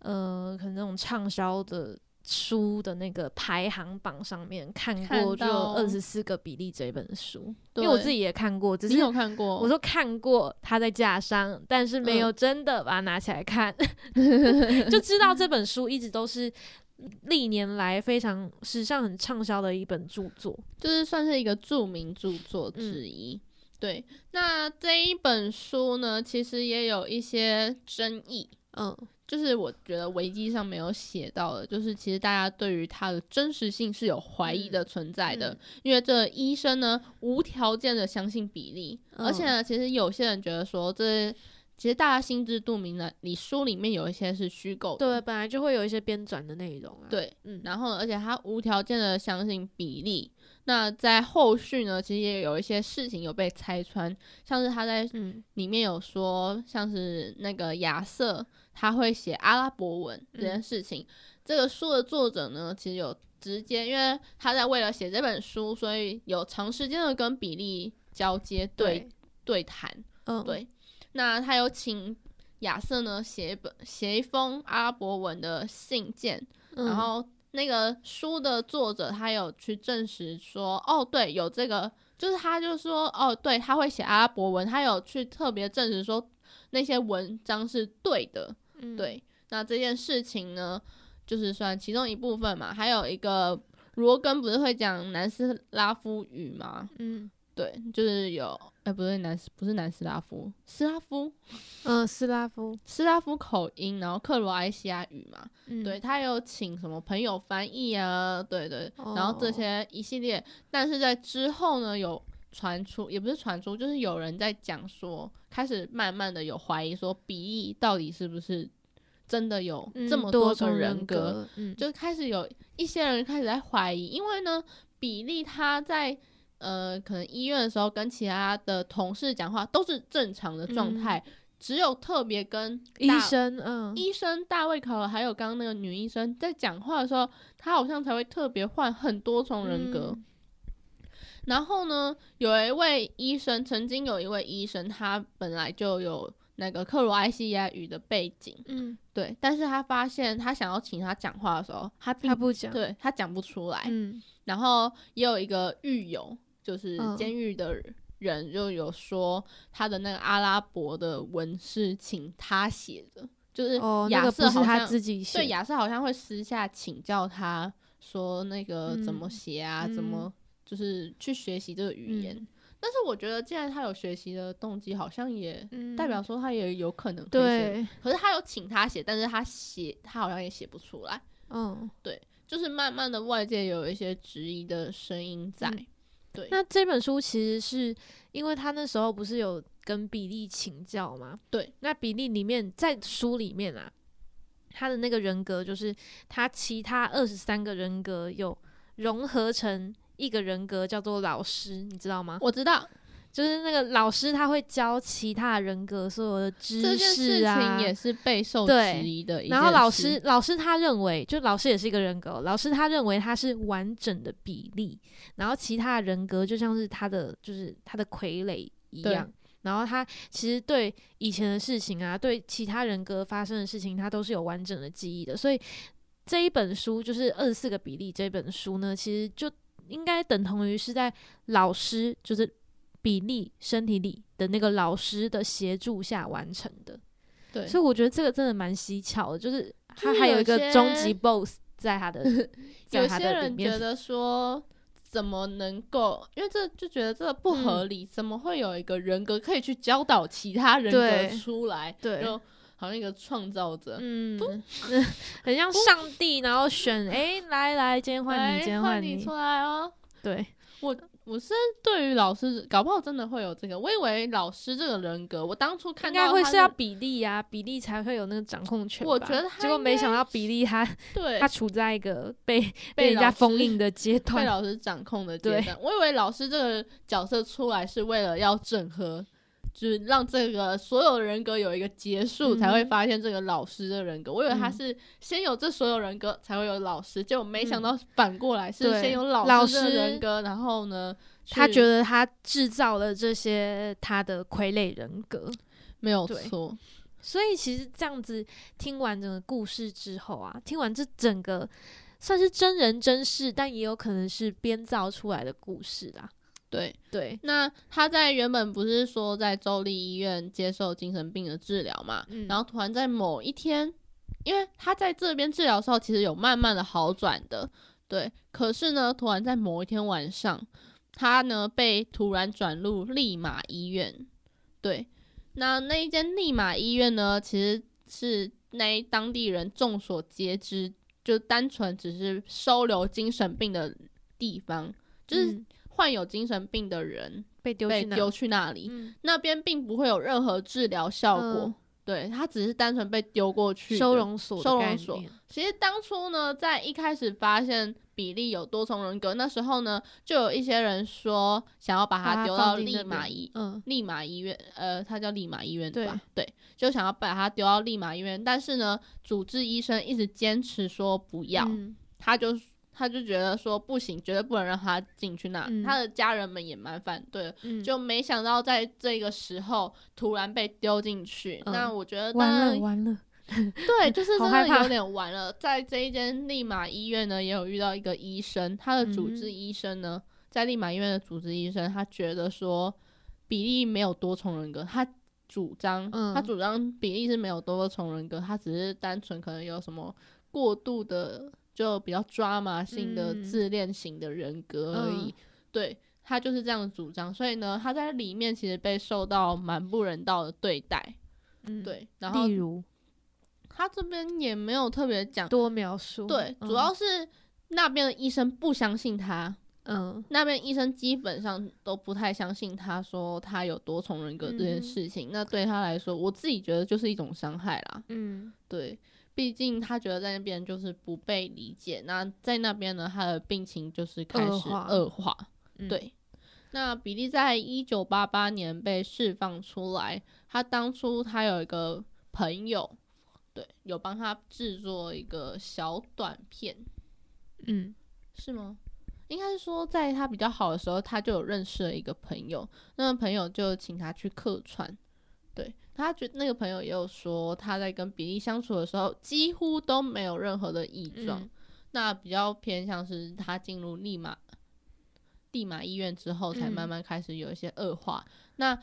[SPEAKER 3] 呃，可能那种畅销的书的那个排行榜上面看
[SPEAKER 2] 看
[SPEAKER 3] 过，就
[SPEAKER 2] 到
[SPEAKER 3] 二十四个比例这本书，因
[SPEAKER 2] 对
[SPEAKER 3] 为我自己也看过，只
[SPEAKER 2] 你
[SPEAKER 3] 是
[SPEAKER 2] 有看过？
[SPEAKER 3] 我说看过它在架上，但是
[SPEAKER 2] 嗯
[SPEAKER 3] 没有真的把它拿起 来看，就知道这本书一直都是历年来非常史上很畅销的一本著作。
[SPEAKER 2] 就是算是一个著名著作
[SPEAKER 3] 嗯
[SPEAKER 2] 之一。对，那这一本书呢，其实也有一些争议，
[SPEAKER 3] 嗯，
[SPEAKER 2] 就是我觉得维基上没有写到的，就是其实大家对于它的真实性是有怀疑的存在的，
[SPEAKER 3] 嗯
[SPEAKER 2] 因为这个医生呢无条件的相信比利，
[SPEAKER 3] 嗯
[SPEAKER 2] 而且呢，其实有些人觉得说这。其实大家心知肚明的，你书里面有一些是虚构
[SPEAKER 3] 对，
[SPEAKER 2] 的，
[SPEAKER 3] 本来就会有一些编纂的内容啊。，
[SPEAKER 2] 对，
[SPEAKER 3] 嗯，
[SPEAKER 2] 然后呢，而且他无条件的相信比利。那在后续呢，其实也有一些事情有被拆穿，像是他在
[SPEAKER 3] 嗯
[SPEAKER 2] 里面有说，像是那个亚瑟他会写阿拉伯文这件事情。这个书的作者呢，其实有直接，因为他在为了写这本书，所以有长时间的跟比利交接对
[SPEAKER 3] 对，
[SPEAKER 2] 对谈。
[SPEAKER 3] 嗯，
[SPEAKER 2] 对，那他有请亚瑟呢写一本写一封阿拉伯文的信件。
[SPEAKER 3] 嗯，
[SPEAKER 2] 然后那个书的作者他有去证实说，哦，对，有这个，就是他就说，哦，对，他会写阿拉伯文，他有去特别证实说那些文章是对的，
[SPEAKER 3] 嗯，
[SPEAKER 2] 对。那这件事情呢，就是算其中一部分嘛，还有一个罗根不是会讲南斯拉夫语吗？
[SPEAKER 3] 嗯
[SPEAKER 2] 对，就是有，哎、不对，南斯不是南斯拉夫，斯拉夫，
[SPEAKER 3] 嗯，斯拉夫，
[SPEAKER 2] 斯拉夫口音，然后克罗埃西亚语嘛，
[SPEAKER 3] 嗯，
[SPEAKER 2] 对他有请什么朋友翻译啊，对对，然后这
[SPEAKER 3] 哦
[SPEAKER 2] 些一系列，但是在之后呢，有传出也不是传出，就是有人在讲说，开始慢慢的有怀疑说，比翼到底是不是真的有
[SPEAKER 3] 嗯，
[SPEAKER 2] 这么
[SPEAKER 3] 多
[SPEAKER 2] 个
[SPEAKER 3] 重
[SPEAKER 2] 人格，
[SPEAKER 3] 格，嗯，
[SPEAKER 2] 就开始有一些人开始在怀疑，因为呢，比利他在呃可能医院的时候跟其他的同事讲话都是正常的状
[SPEAKER 3] 嗯
[SPEAKER 2] 态，只有特别跟
[SPEAKER 3] 医
[SPEAKER 2] 大
[SPEAKER 3] 生，嗯，
[SPEAKER 2] 医生大卫考尔，还有刚刚那个女医生在讲话的时候，她好像才会特别换很多重人格。
[SPEAKER 3] 嗯
[SPEAKER 2] 然后呢，有一位医生，曾经有一位医生，他本来就有那个克罗埃西亚语的背景，
[SPEAKER 3] 嗯，
[SPEAKER 2] 对，但是他发现他想要请他讲话的时候，他并
[SPEAKER 3] 他不讲，
[SPEAKER 2] 嗯对他讲不出来。
[SPEAKER 3] 嗯，
[SPEAKER 2] 然后也有一个狱友，就是
[SPEAKER 3] 嗯
[SPEAKER 2] 监狱的人，就有说他的那个阿拉伯的文是请他写的，就是
[SPEAKER 3] 哦，那
[SPEAKER 2] 亚
[SPEAKER 3] 个
[SPEAKER 2] 瑟
[SPEAKER 3] 不是
[SPEAKER 2] 好像、
[SPEAKER 3] 他自己写
[SPEAKER 2] 对，亚瑟好像会私下请教他说那个怎么
[SPEAKER 3] 嗯
[SPEAKER 2] 写啊，
[SPEAKER 3] 嗯
[SPEAKER 2] 怎么就是去学习这个语言。
[SPEAKER 3] 嗯
[SPEAKER 2] 但是我觉得，既然他有学习的动机，好像也
[SPEAKER 3] 嗯
[SPEAKER 2] 代表说他也有可能可以写。
[SPEAKER 3] 对，
[SPEAKER 2] 可是他有请他写，但是他写他好像也写不出来。
[SPEAKER 3] 嗯，
[SPEAKER 2] 就是慢慢的外界有一些质疑的声音在，
[SPEAKER 3] 嗯
[SPEAKER 2] 对
[SPEAKER 3] 那这本书其实是因为他那时候不是有跟比利请教吗？
[SPEAKER 2] 对，
[SPEAKER 3] 那比利里面在书里面啊，他的那个人格就是他其他二十三个人格有融合成一个人格，叫做老师，你知道吗？
[SPEAKER 2] 我知道
[SPEAKER 3] 就是那个老师他会教其他人格所有的
[SPEAKER 2] 这
[SPEAKER 3] 知
[SPEAKER 2] 件事
[SPEAKER 3] 识啊
[SPEAKER 2] 情。也是备受质
[SPEAKER 3] 对
[SPEAKER 2] 疑的一件事。
[SPEAKER 3] 然后老师，老师他认为，就老师也是一个人格哦，老师他认为他是完整的比例，然后其他的人格就像是他的就是他的傀儡一
[SPEAKER 2] 对
[SPEAKER 3] 样。然后他其实对以前的事情啊，对其他人格发生的事情，他都是有完整的记忆的。所以这一本书就是《二十四个比例》这本书呢，其实就应该等同于是在老师就是比例身体里的那个老师的协助下完成的。
[SPEAKER 2] 对，
[SPEAKER 3] 所以我觉得这个真的蛮蹊跷的，就是
[SPEAKER 2] 就
[SPEAKER 3] 他
[SPEAKER 2] 是
[SPEAKER 3] 还
[SPEAKER 2] 有
[SPEAKER 3] 一
[SPEAKER 2] 些
[SPEAKER 3] 个终极 BOSS 在他的，
[SPEAKER 2] 有
[SPEAKER 3] 在他
[SPEAKER 2] 些
[SPEAKER 3] 的里
[SPEAKER 2] 人觉
[SPEAKER 3] 面。
[SPEAKER 2] 得说，怎么能够？因为这就觉得这不合
[SPEAKER 3] 嗯
[SPEAKER 2] 理，怎么会有一个人格可以去教导其他人格
[SPEAKER 3] 对
[SPEAKER 2] 出来？
[SPEAKER 3] 对
[SPEAKER 2] 就好像一个创造者。
[SPEAKER 3] 嗯， 很像上帝，然后选诶，来来，今天换
[SPEAKER 2] 来
[SPEAKER 3] 你，今
[SPEAKER 2] 哎
[SPEAKER 3] 天
[SPEAKER 2] 换
[SPEAKER 3] 你
[SPEAKER 2] 出，来哦！
[SPEAKER 3] 对，
[SPEAKER 2] 我是对于老师，搞不好真的会有这个。我以为老师这个人格，我当初看
[SPEAKER 3] 应
[SPEAKER 2] 到
[SPEAKER 3] 该会
[SPEAKER 2] 他
[SPEAKER 3] 是要比例啊，比例才会有那个掌控权吧。
[SPEAKER 2] 我觉得他
[SPEAKER 3] 结果没想到比利他
[SPEAKER 2] 对
[SPEAKER 3] 他处在一个被
[SPEAKER 2] 被
[SPEAKER 3] 被人
[SPEAKER 2] 老
[SPEAKER 3] 家
[SPEAKER 2] 师
[SPEAKER 3] 封印的阶
[SPEAKER 2] 被
[SPEAKER 3] 段，
[SPEAKER 2] 老师掌控的阶
[SPEAKER 3] 对
[SPEAKER 2] 段。我以为老师这个角色出来是为了要整合，就是让这个所有人格有一个结束，
[SPEAKER 3] 嗯
[SPEAKER 2] 才会发现这个老师的人格。我以为他
[SPEAKER 3] 嗯
[SPEAKER 2] 是先有这所有人格，才会有老师，结果没想到反过来是
[SPEAKER 3] 嗯对
[SPEAKER 2] 先有
[SPEAKER 3] 老
[SPEAKER 2] 师的
[SPEAKER 3] 师
[SPEAKER 2] 人格，然后呢，
[SPEAKER 3] 他
[SPEAKER 2] 去
[SPEAKER 3] 觉得他制造了这些他的傀儡人格。
[SPEAKER 2] 没有
[SPEAKER 3] 对
[SPEAKER 2] 错，
[SPEAKER 3] 所以其实这样子听完整个故事之后啊，听完这整个算是真人真事，但也有可能是编造出来的故事啦。
[SPEAKER 2] 对，
[SPEAKER 3] 对，
[SPEAKER 2] 那他在原本不是说在州立医院接受精神病的治疗嘛？
[SPEAKER 3] 嗯
[SPEAKER 2] 然后突然在某一天，因为他在这边治疗的时候，其实有慢慢的好转的，对。可是呢，突然在某一天晚上，他呢被突然转入利马医院，对。那那一间利马医院呢，其实是那一当地人众所皆知，就单纯只是收留精神病的地方，就是
[SPEAKER 3] 嗯
[SPEAKER 2] 患有精神病的人
[SPEAKER 3] 被丢
[SPEAKER 2] 被
[SPEAKER 3] 去那，
[SPEAKER 2] 丢去那里，
[SPEAKER 3] 嗯，
[SPEAKER 2] 那边并不会有任何治疗效果，
[SPEAKER 3] 嗯
[SPEAKER 2] 对他只是单纯被丢过去的
[SPEAKER 3] 收。容所的
[SPEAKER 2] 收容
[SPEAKER 3] 概
[SPEAKER 2] 所
[SPEAKER 3] 念
[SPEAKER 2] 其实当初呢，在一开始发现比利有多重人格那时候呢，就有一些人说想要把
[SPEAKER 3] 把
[SPEAKER 2] 他
[SPEAKER 3] 它
[SPEAKER 2] 丢
[SPEAKER 3] 放
[SPEAKER 2] 到
[SPEAKER 3] 进
[SPEAKER 2] 利
[SPEAKER 3] 那
[SPEAKER 2] 马
[SPEAKER 3] 边
[SPEAKER 2] 医
[SPEAKER 3] 嗯
[SPEAKER 2] 利马医院，呃，他叫利马医院吧？对，就想要把他丢到利马医院，但是呢，主治医生一直坚持说不要，
[SPEAKER 3] 嗯
[SPEAKER 2] 他就他就觉得说不行，绝对不能让他进去那。
[SPEAKER 3] 嗯
[SPEAKER 2] 他的家人们也蛮反对的，
[SPEAKER 3] 嗯
[SPEAKER 2] 就没想到在这个时候突然被丢进去。
[SPEAKER 3] 嗯
[SPEAKER 2] 那我觉得当
[SPEAKER 3] 完
[SPEAKER 2] 然
[SPEAKER 3] 了完了，
[SPEAKER 2] 对，就是
[SPEAKER 3] 嗯好
[SPEAKER 2] 真
[SPEAKER 3] 害
[SPEAKER 2] 的
[SPEAKER 3] 怕
[SPEAKER 2] 有点晚了。在这一间利马医院呢，也有遇到一个医生，他的主治
[SPEAKER 3] 嗯
[SPEAKER 2] 医生呢，在利马医院的主治医生，他觉得说比利没有多重人格，他主张、
[SPEAKER 3] 嗯
[SPEAKER 2] 他主张比利是没有多重人格，他只是单纯可能有什么过度的就比较抓马性的
[SPEAKER 3] 嗯
[SPEAKER 2] 自恋型的人格而已。
[SPEAKER 3] 嗯
[SPEAKER 2] 对他就是这样的主张，所以呢，他在里面其实被受到蛮不人道的对待。
[SPEAKER 3] 嗯，
[SPEAKER 2] 对，然后
[SPEAKER 3] 例如
[SPEAKER 2] 他这边也没有特别讲，
[SPEAKER 3] 多描述，
[SPEAKER 2] 对，
[SPEAKER 3] 嗯
[SPEAKER 2] 主要是那边的医生不相信他，
[SPEAKER 3] 嗯
[SPEAKER 2] 那边医生基本上都不太相信他说他有多重人格这件
[SPEAKER 3] 嗯哼
[SPEAKER 2] 事情。那对他来说，我自己觉得就是一种伤害啦。
[SPEAKER 3] 嗯
[SPEAKER 2] 对，毕竟他觉得在那边就是不被理解，那在那边呢，他的病情就是开
[SPEAKER 3] 恶
[SPEAKER 2] 始
[SPEAKER 3] 化
[SPEAKER 2] 恶化。
[SPEAKER 3] 嗯
[SPEAKER 2] 对，那比利在一九八八年被释放出来，他当初他有一个朋友，对，有帮他制作一个小短片，
[SPEAKER 3] 嗯
[SPEAKER 2] 是吗？应该是说，在他比较好的时候，他就有认识了一个朋友，那个朋友就请他去客串。对他觉那个朋友也有说，他在跟比利相处的时候，几乎都没有任何的异状，
[SPEAKER 3] 嗯
[SPEAKER 2] 那比较偏向是他进入立马立马医院之后，才
[SPEAKER 3] 嗯
[SPEAKER 2] 慢慢开始有一些恶化。那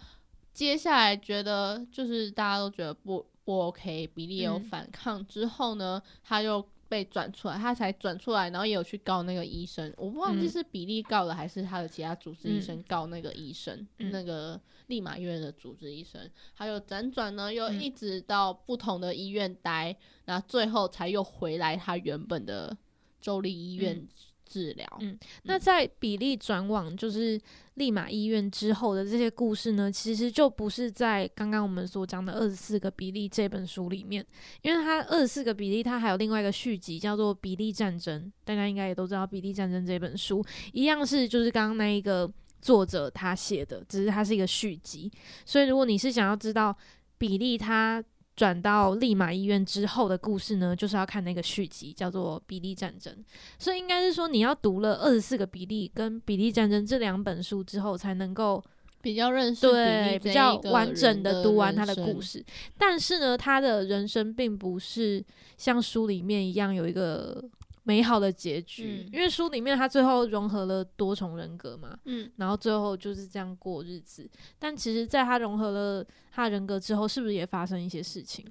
[SPEAKER 2] 接下来觉得就是大家都觉得不不 OK，比利有
[SPEAKER 3] 嗯
[SPEAKER 2] 反抗之后呢，他又被转出来，他才转出来，然后也有去告那个医生，我忘记
[SPEAKER 3] 嗯
[SPEAKER 2] 是比利告的还是他的其他主治医
[SPEAKER 3] 嗯
[SPEAKER 2] 生告那个医生，
[SPEAKER 3] 嗯
[SPEAKER 2] 那个立马医院的主治医生，还有辗转呢又
[SPEAKER 3] 嗯
[SPEAKER 2] 一直到不同的医院待，然后最后才又回来他原本的州立医院
[SPEAKER 3] 嗯
[SPEAKER 2] 治疗。
[SPEAKER 3] 嗯那在比利转往就是利马医院之后的这些故事呢，其实就不是在刚刚我们所讲的《二十四个比利》这本书里面，因为它《二十四个比利》它还有另外一个续集叫做《比利战争》，大家应该也都知道《比利战争》这本书一样是就是刚刚那一个作者他写的，只是它是一个续集，所以如果你是想要知道比利他。转到利马医院之后的故事呢，就是要看那个续集，叫做《比利战争》。所以应该是说，你要读了二十四个比利跟比利战争这两本书之后，才能够
[SPEAKER 2] 比较认识比利这
[SPEAKER 3] 对比较
[SPEAKER 2] 一个
[SPEAKER 3] 完整
[SPEAKER 2] 人
[SPEAKER 3] 的
[SPEAKER 2] 的
[SPEAKER 3] 读完他
[SPEAKER 2] 人
[SPEAKER 3] 的故
[SPEAKER 2] 生。
[SPEAKER 3] 事。但是呢，他的人生并不是像书里面一样有一个美好的结局，
[SPEAKER 2] 嗯
[SPEAKER 3] 因为书里面他最后融合了多重人格嘛，
[SPEAKER 2] 嗯，
[SPEAKER 3] 然后最后就是这样过日子。但其实，在他融合了他的人格之后，是不是也发生一些事情？